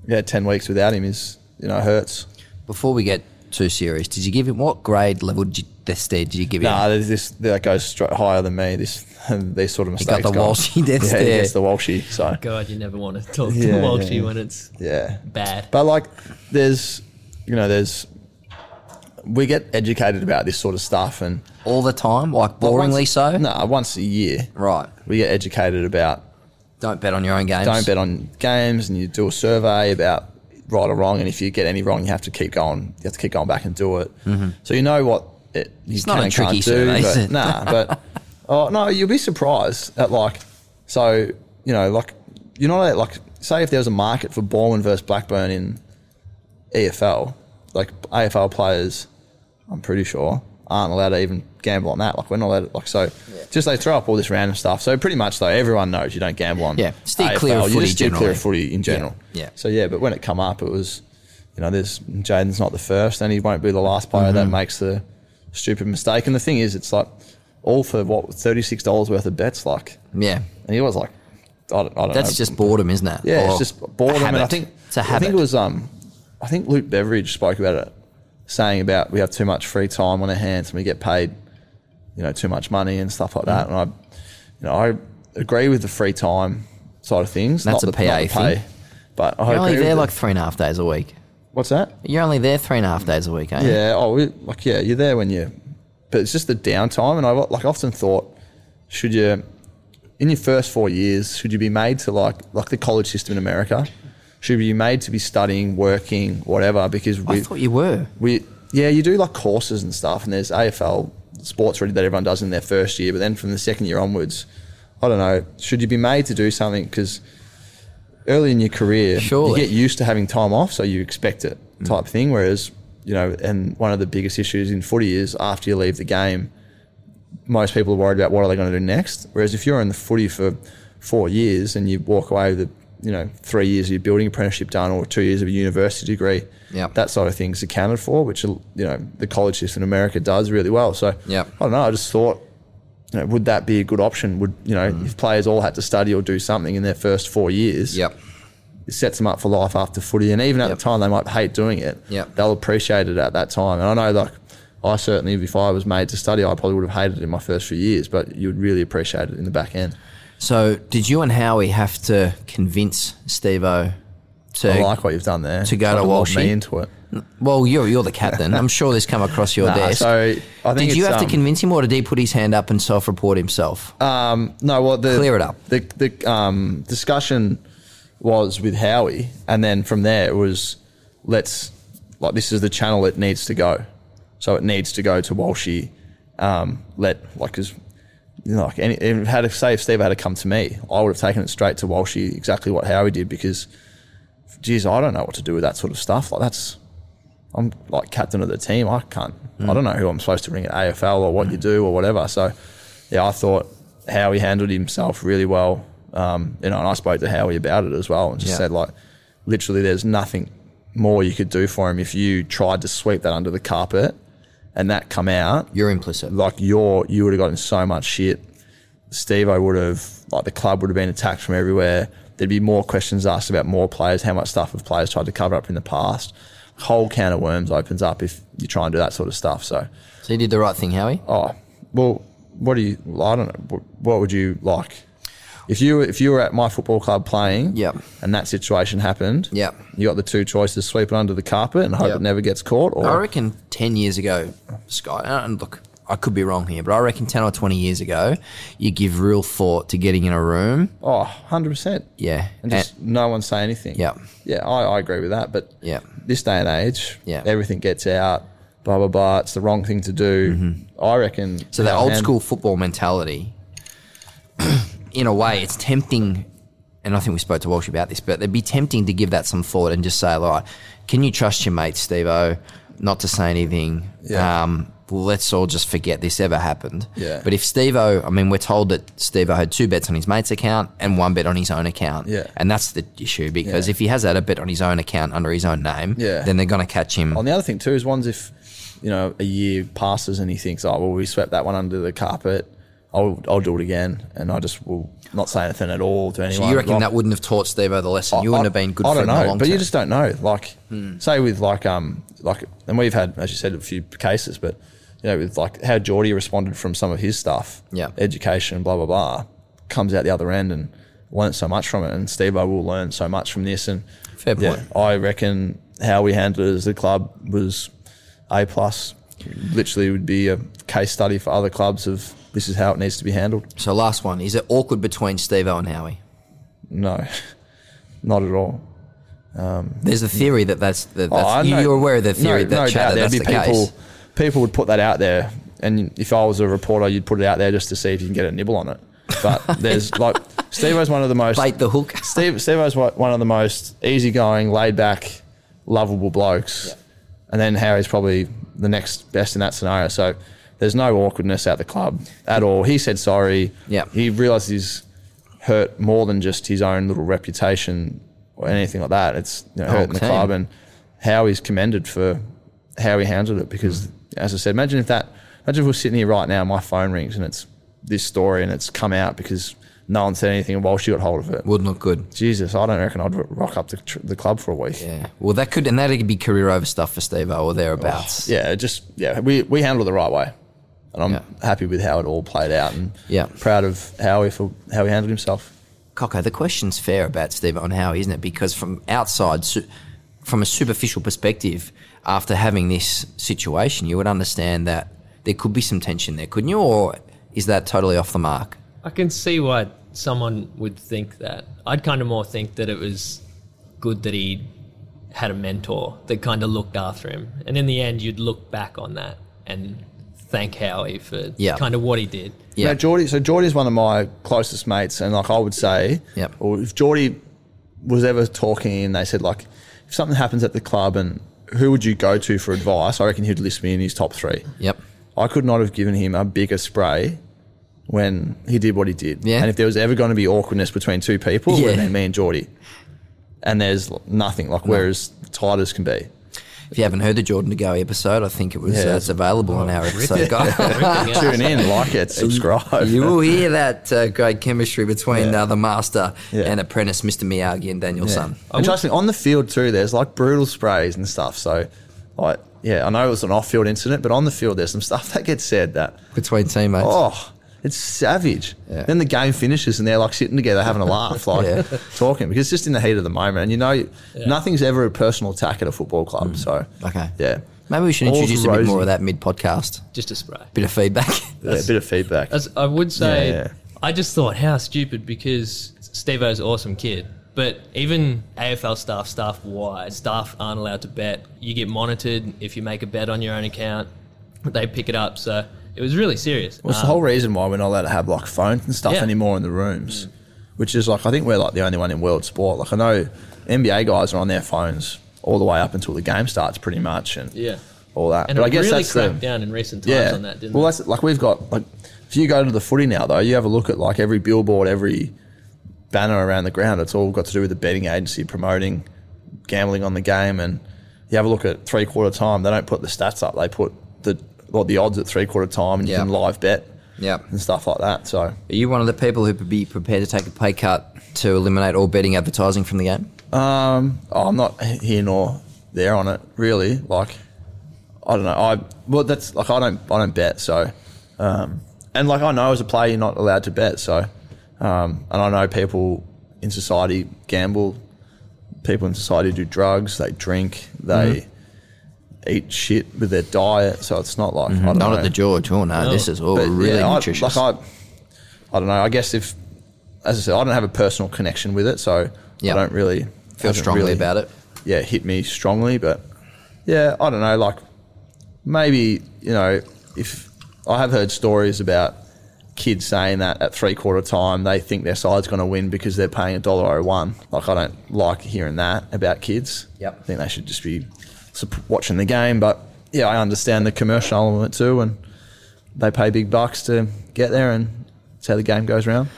yeah, ten weeks without him is you know hurts.
Before we get too serious, did you give him what grade level did you, this did you give him?
No, there's this that goes straight higher than me. This these sort of
He got
mistakes.
the
go-
Walshy dance
yeah, he
there.
gets the Walshy. So
God, you never want to talk to
Yeah, yeah,
Walshy
yeah.
when it's
yeah,
bad.
But like, there's you know there's we get educated about this sort of stuff and
All the time, like boringly
once-
so.
No, once a year
Right.
we get educated about
Don't bet on your own games.
don't bet on games and you do a survey about right or wrong and if you get any wrong you have to keep going you have to keep going back and do it so you know what it,
Mm-hmm.
you
It's
can
not a
and
tricky
can't
survey,
do
is
but,
it?
nah but oh no you'll be surprised at like so you know like you know like say if there was a market for Ballman versus Blackburn in EFL like AFL players I'm pretty sure aren't allowed to even gamble on that like we're not allowed to, like so just they throw up all this random stuff so pretty much though everyone knows you don't gamble on
Yeah, steer clear of
you
footy
just steer clear
generally.
of footy in general.
Yeah, yeah.
So yeah, but when it come up, it was, you know, there's Jaden's not the first, and he won't be the last player
Mm-hmm.
that makes the stupid mistake. And the thing is, it's like all for what thirty six dollars worth of bets, like,
Yeah.
and he was like, I don't, I don't
That's
know.
just boredom, isn't it?
Uh, yeah,
Or
it's just boredom.
a
And I
habit.
think
it's a
I
habit.
think it was um, I think Luke Beveridge spoke about it, saying about we have too much free time on our hands and we get paid, you know, too much money and stuff like
Mm.
that. And I, you know, I agree with the free time side of things.
That's
not
a
the, not
PA
the pay,
thing.
But I
You're only
agree
there
with
like
the-
three and a half days a week.
what's that?
You're only there three and a half days a week, ain't you?
Yeah. Oh, we, like yeah, you're there when you, but it's just the downtime. And I like often thought, should you, in your first four years, should you be made to like like the college system in America? Should you be made to be studying, working, whatever? Because
I
we,
thought you were.
we yeah, you do like courses and stuff, and there's AFL sports really that everyone does in their first year, but then from the second year onwards, I don't know, should you be made to do something? Because early in your career,
Surely.
you get used to having time off, so you expect it type thing. Whereas you know, and one of the biggest issues in footy is after you leave the game, most people are worried about what are they going to do next. Whereas if you're in the footy for four years and you walk away with a, you know three years of your building apprenticeship done or two years of a university degree,
Yep.
that sort of thing's accounted for, which you know the college system in America does really well. So
Yep.
I don't know. I just thought, you know, would that be a good option? Would you know if players all had to study or do something in their first four years?
Mm. Yep.
it sets them up for life after footy. And even at
Yep.
the time, they might hate doing it.
Yep.
They'll appreciate it at that time. And I know, like, I certainly, if I was made to study, I probably would have hated it in my first few years, but you would really appreciate it in the back end.
So did you and Howie have to convince Steve-O to
I like what you've done there.
to go to
Fucking locked
Walshy?
me into it.
Well, you're you're the captain. I'm sure this come across your
Nah,
desk.
so I think
Did you
it's,
have to
um,
convince him, or did he put his hand up and self-report himself?
Um, no, well, the
Clear it up.
The the um, discussion was with Howie, and then from there it was let's like this is the channel it needs to go, so it needs to go to Walshy. Um, let like because you know, like any if had to say if Steve had to come to me, I would have taken it straight to Walshy, exactly what Howie did because, geez, I don't know what to do with that sort of stuff. Like that's. I'm like captain of the team. I can't. I don't know who I'm supposed to bring at AFL or what you do or whatever. So, yeah, I thought how he handled himself really well. Um, you know, and I spoke to Howie about it as well, and just
Yeah.
said like, literally, there's nothing more you could do for him if you tried to sweep that under the carpet, and that come out
you're implicit.
like your you would have gotten so much shit. Steve I would have like the club would have been attacked from everywhere. There'd be more questions asked about more players, how much stuff have players tried to cover up in the past. Whole can of worms opens up if you try and do that sort of stuff. So,
So you did the right thing, Howie.
oh well, what do you? well, I don't know. What- What would you like if you if you were at my football club playing?
Yep.
And that situation happened.
Yep.
You got the two choices: sweep it under the carpet and hope
Yep.
it never gets caught,
I
or
reckon ten years ago, Sky. And uh, look, I could be wrong here, but I reckon 10 or 20 years ago, you give real thought to getting in a room.
Oh, 100%.
Yeah.
And just no one say anything.
Yeah.
Yeah, I, I agree with that. But
Yeah.
this day and age,
Yeah.
everything gets out, blah, blah, blah. It's the wrong thing to do. I reckon.
Mm-hmm. So that
Yeah,
old
and-
school football mentality, in a way, it's tempting. And I think we spoke to Walsh about this, but it'd be tempting to give that some thought and just say, all right, can you trust your mate, Steve O, not to say anything?
Yeah.
Um, well, let's all just forget this ever happened.
Yeah.
But if Steve O, I mean, we're told that Steve O had two bets on his mate's account and one bet on his own account.
Yeah.
And that's the issue because
Yeah.
if he has had a bet on his own account under his own name,
Yeah.
then they're going to catch him.
And the other thing too is ones if you know a year passes and he thinks, oh well, we swept that one under the carpet. I'll I'll do it again, and I just will not say anything at all to anyone.
so you reckon
Like,
that wouldn't have taught Steve O the lesson? You wouldn't have been good
I
for
don't
him in the
know,
long
but you
term. Hmm.
just don't know. Like say with like um like, and we've had as you said a few cases, but you know with like how Geordie responded from some of his stuff,
Yeah.
education, blah blah blah, comes out the other end and learnt so much from it, and Steve will learn so much from this, and
Fair point.
I reckon how we handled it as a club was A plus. Literally would be a case study for other clubs of this is how it needs to be handled.
So last one. Is it awkward between Steve O and Howie?
No, not at all.
There's a theory that that's, that that's
Oh, I
you,
know-
you're aware of the theory that, chat, that
there'd
that's the
be people
case.
people would put that out there and if I was a reporter you'd put it out there just to see if you can get a nibble on it. But there's like Steve was one of the most
Bait the hook.
Steve Stevo's wa- one of the most easygoing, laid back, lovable blokes. And then Harry's probably the next best in that scenario. So there's no awkwardness at the club at all. He said sorry.
Yeah.
He realised he's hurt more than just his own little reputation or anything like that. It's you know, hurting the
team.
club and how he's commended for how he handled it. Because as I said, imagine if that imagine if we're sitting here right now, my phone rings and it's this story and it's come out because no one said anything while she got hold of it.
Wouldn't look good.
Jesus, I don't reckon I'd r- rock up the, tr- the club for a week. Yeah.
Yeah. Well, that could and that could be career over stuff for Steve O or thereabouts.
it just Oh, yeah, we we handled it the right way, and I'm
Yeah.
happy with how it all played out, and
Yeah.
proud of how he for how he handled himself.
Coco, the question's fair about Steve on Howie, isn't it? Because from outside, su- from a superficial perspective, after having this situation, you would understand that there could be some tension there, couldn't you? Or is that totally off the mark?
I can see why someone would think that. I'd kind of more think that it was good that he had a mentor that kind of looked after him. And in the end, you'd look back on that and thank Howie for
Yeah.
kind of what he did.
Yeah.
Yeah. Geordie, so Geordie's one of my closest mates, and like I would say,
Yep.
or if Geordie was ever talking and they said like, if something happens at the club and who would you go to for advice, I reckon he'd list me in his top three.
Yep.
I could not have given him a bigger spray when he did what he did.
Yeah.
And if there was ever going to be awkwardness between two people, it would
Yeah.
have been me and Geordie. And there's nothing, like we're as tight as can be.
If you haven't heard the Jordan to Go episode, I think it was
Yeah. Oh,
uh, it's available on our episode. guys.
Tune in, like it, subscribe.
You will hear that uh, great chemistry between
Yeah.
uh, the master
Yeah.
and apprentice, Mr. Miyagi and Daniel
Yeah.
Sun.
And trust me, on the field too, there's like brutal sprays and stuff. So, like, yeah, I know it was an off-field incident, but on the field, there's some stuff that gets said that,
Between teammates.
oh, it's savage.
Yeah.
Then the game finishes and they're like sitting together having a laugh, like
Yeah.
talking, because it's just in the heat of the moment. And you know, nothing's ever a personal attack at a football club.
Mm.
So,
Okay.
yeah,
Maybe we should
All's
introduce a bit
rosy.
more of that mid podcast.
Just a spray.
Bit of feedback.
yeah, a bit of feedback.
As I would say,
Yeah, yeah.
I just thought how stupid because Stevo's an awesome kid. But even AFL staff, staff wide, staff aren't allowed to bet. You get monitored if you make a bet on your own account. They pick it up. So it was really serious.
Well, it's the
Um,
whole reason why we're not allowed to have like phones and stuff
Yeah. Mm.
anymore in the rooms, which is like I think we're like the only one in world sport. Like I know NBA guys are on their phones all the way up until the game starts, pretty much, and
yeah.
all that.
And
but
it
I guess
really
that's the
cracked down in recent times
yeah.
on that, didn't
well,
it?
that's like we've got like if you go to the footy now though, you have a look at like every billboard, every banner around the ground. It's all got to do with the betting agency promoting gambling on the game, and you have a look at three quarter time. They don't put the stats up; they put the like the odds at three quarter time, and
Yeah.
you can live bet
yeah.
and stuff like that. So
Are you one of the people who would be prepared to take a pay cut to eliminate all betting advertising from the game?
um, oh, I'm not here nor there on it really. Like I don't know. I well, that's like I don't I don't bet. So um, and like I know as a player you're not allowed to bet. So um, and I know people in society gamble. People in society do drugs. They drink. They
Mm-hmm.
eat shit with their diet, so it's not like I don't
Not
know.
at Mm-hmm. the George. Oh no, this is all
But,
really
yeah, I-
nutritious.
like I, I don't know. I guess if, as I said, I don't have a personal connection with it, so
Yeah.
I don't really
Feel
hasn't
strongly
really,
about it.
Yeah, hit me strongly, but yeah, I don't know. Like maybe you know, if I have heard stories about kids saying that at three quarter time they think their side's going to win because they're paying a dollar oh one. Like I don't like hearing that about kids.
Yep.
I think they should just be sup- watching the game, but. Yeah, I understand the commercial element too, and they pay big bucks to get there, and it's how the game goes round.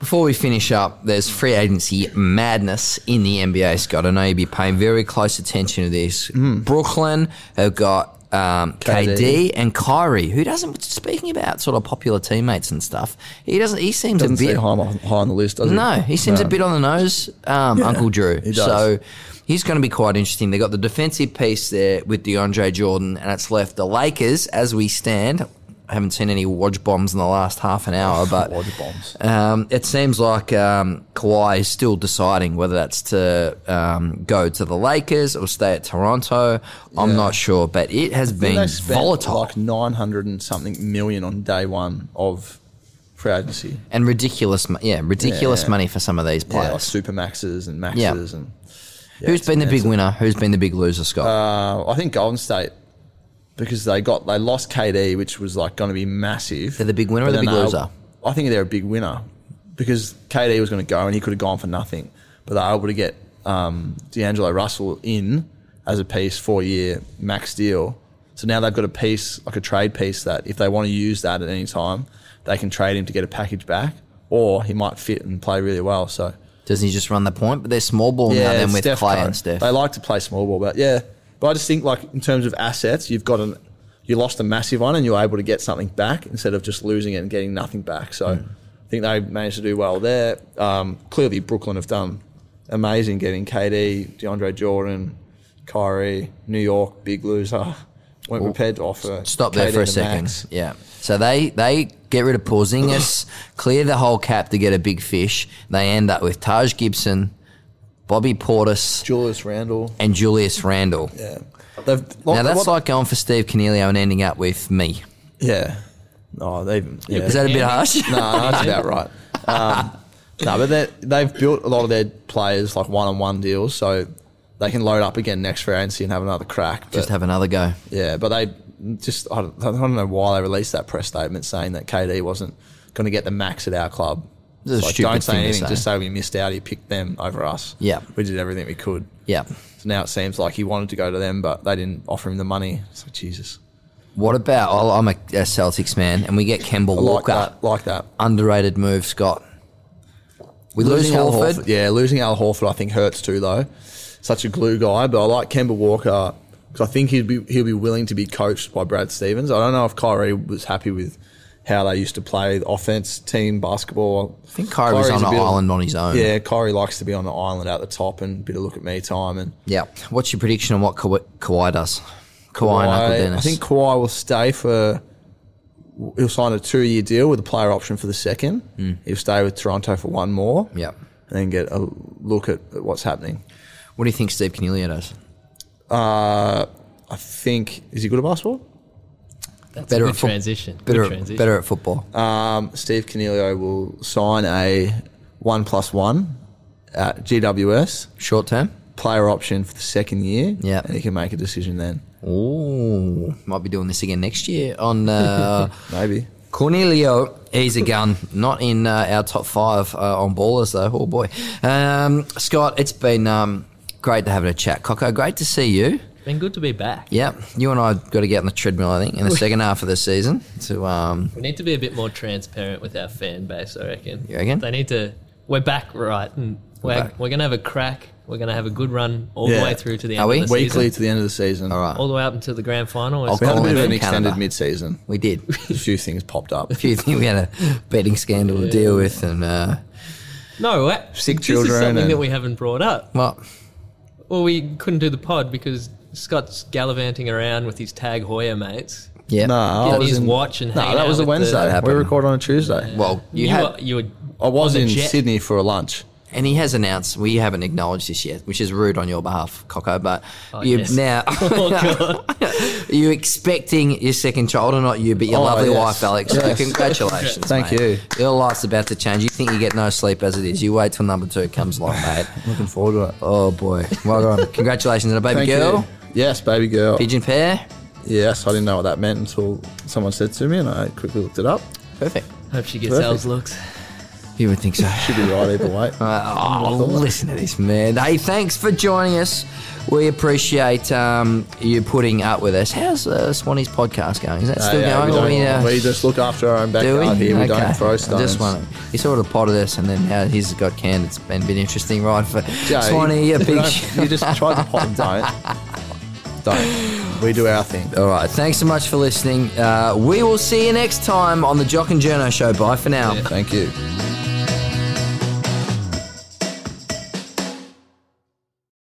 Before we finish up, there's free agency madness in the NBA, Scott. I know you'll be paying very close attention to this.
Mm.
Brooklyn have got um, KD.
KD.
and Kyrie, who doesn't speaking about sort of popular teammates and stuff. He doesn't. He seems
Doesn't
a bit
seem high, on- high on the list, does
No,
it?
he seems a bit on the nose, um, Uncle Drew.
he does.
So he's going to be quite interesting. They got the defensive piece there with DeAndre Jordan, and it's left the Lakers as we stand. I haven't seen any watch bombs in the last half an hour, but
Wodge bombs.
um, it seems like um, Kawhi is still deciding whether that's to um, go to the Lakers or stay at Toronto. I'm not sure, but it has
I think
been
they spent
volatile
like nine hundred and something million on day one of free agency.
and ridiculous. mo- Yeah, ridiculous
Yeah.
money for some of these
Yeah, like
players.
super maxes and
Yeah.
maxes, and yeah,
Who's
it's
been the big
mental.
winner? Who's been the big loser, Scott?
Uh, I think Golden State because they got they lost KD, which was like going to be massive.
They're the big winner or
But
the
then
big
they-
loser?
I think they're a big winner because KD was going to go and he could have gone for nothing, but they were able to get um, D'Angelo Russell in as a piece four year max deal. So now they've got a piece like a trade piece that if they want to use that at any time, they can trade him to get a package back, or he might fit and play really well. So
Doesn't he just run the point? But they're small ball now then
it's
with
Steph
Clay
Curry.
and Steph.
They like to play small ball, but yeah. But I just think like in terms of assets, you've got an you lost a massive one and you're able to get something back instead of just losing it and getting nothing back. So
Mm.
I think they managed to do well there. Um, clearly Brooklyn have done amazing getting KD, DeAndre Jordan, Kyrie, New York, big loser. Weren't prepared to offer.
Stop there
KD
for a
the
second.
max.
Yeah. So they they get rid of Porzingis, clear the whole cap to get a big fish. They end up with Taj Gibson, Bobby Portis,
Julius Randle.
and Julius Randle.
Yeah. They've,
Now that's
what-
like going for Steve Canelio and ending up with me.
Yeah. Oh, they've yeah.
Is that a bit harsh?
No, that's about right. Um, no, but they- they've built a lot of their players like one-on-one deals, so they can load up again next free agency and have another crack. But,
Just have another go.
yeah, but they just I don't, I don't know why they released that press statement saying that KD wasn't going to get the max at our club.
This is a
Like,
stupid
don't say
thing to
anything.
say.
Just say we missed out. He picked them over us.
Yeah.
we did everything we could.
Yeah.
So now it seems like he wanted to go to them, but they didn't offer him the money. It's like Jesus.
What about? oh, I'm a, a Celtics man, and we get Kemba
I like
Walker.
that. Like that.
Underrated move, Scott. We lose
Al
Horford.
Yeah, losing Al Horford I think hurts too though. Such a glue guy, but I like Kemba Walker because I think he'd be he'll be willing to be coached by Brad Stevens. I don't know if Kyrie was happy with how they used to play the offense, team basketball.
I think Kyrie was on an island on his own.
Yeah, Kyrie likes to be on the island out the top and a bit of look at me time and
Yeah. What's your prediction on what Kawhi, Kawhi does? Kawhi, and Uncle
Kawhi,
Dennis.
I think Kawhi will stay for. He'll sign a two-year deal with a player option for the second. He'll stay with Toronto for one more.
Hmm. Yep.
and then get a look at at what's happening.
What do you think Steve Canelio does?
I think is he good at basketball?
That's
Better
a
at
good
fo-
transition.
Better,
good transition.
better at football.
Um, Steve Canelio will sign a one plus one at GWS
Short term.
player option for the second year.
Yeah.
and he can make a decision then.
Ooh, might be doing this again next year on uh,
Maybe
Cornelio, he's a gun. Not in uh, our top five uh, on ballers, though. Oh, boy. Um, Scott, it's been um, great to have a chat. Coco, great to see you.
Been good to be back.
Yeah, you and I got to get on the treadmill, I think, in the second half of the season to um,
We need to be a bit more transparent with our fan base, I reckon.
You reckon?
They need to. We're back, right? And we're,
back.
we're going to have a crack. We're going to have a good run all
Yeah.
the way through to the
Are
end
we?
of the
weekly
season.
to the end of the season.
All right.
All the way up until the grand final.
I'll
we had a
Colin
bit of an
from Canada.
extended mid-season.
We did.
A few things popped up.
few things we had a betting scandal to deal with, and uh,
no, uh,
Sick
this is
children
something
and-
that we haven't brought up.
well,
Well, we couldn't do the pod because Scott's gallivanting around with his Tag Hoyer mates.
yeah,
No, I
Getting
was
his
in,
watch and
no,
hanging
that
out
was a
with the-
Wednesday.
That
we
happened.
record on a Tuesday.
Well, you,
You,
had
were, you were.
I was
on the
in
jet.
Sydney for a lunch.
and he has announced we haven't acknowledged this yet, which is rude on your behalf, Coco. But
Oh,
you
yes.
now
Oh, God.
are you expecting your second child, or not you, but your
Oh,
lovely
yes.
wife, Alex?
Yes.
Congratulations,
Thank
mate.
you.
Your life's about to change. You think you get no sleep as it is. You wait till number two comes along, mate.
Looking forward to it.
Oh boy, well done! Congratulations on a baby
Thank
girl,
you. Yes, baby girl.
pigeon pair.
Yes, I didn't know what that meant until someone said to me, and I quickly looked it up.
Perfect.
Hope she gets
Perfect.
Al's looks.
You would think so.
Should be right either way.
Oh, listen to this, man. Hey, thanks for joining us. We appreciate um, you putting up with us. How's uh, Swanee's podcast going? Is that
Uh,
still
yeah,
going?
we,
Or
don't-
we, uh,
we just look after our own
do we?
backyard here. We don't throw
I
stones.
just want to. You sort of potted us, and then how he's got canned. It's been a bit interesting, right? For
Joe,
Swanee,
you,
a
we
big.
don't-
sh-
you just try to pop and don't. Don't. We do our thing.
All right. Thanks so much for listening. Uh, we will see you next time on the Jock and Journo Show. Bye for now.
Thank you.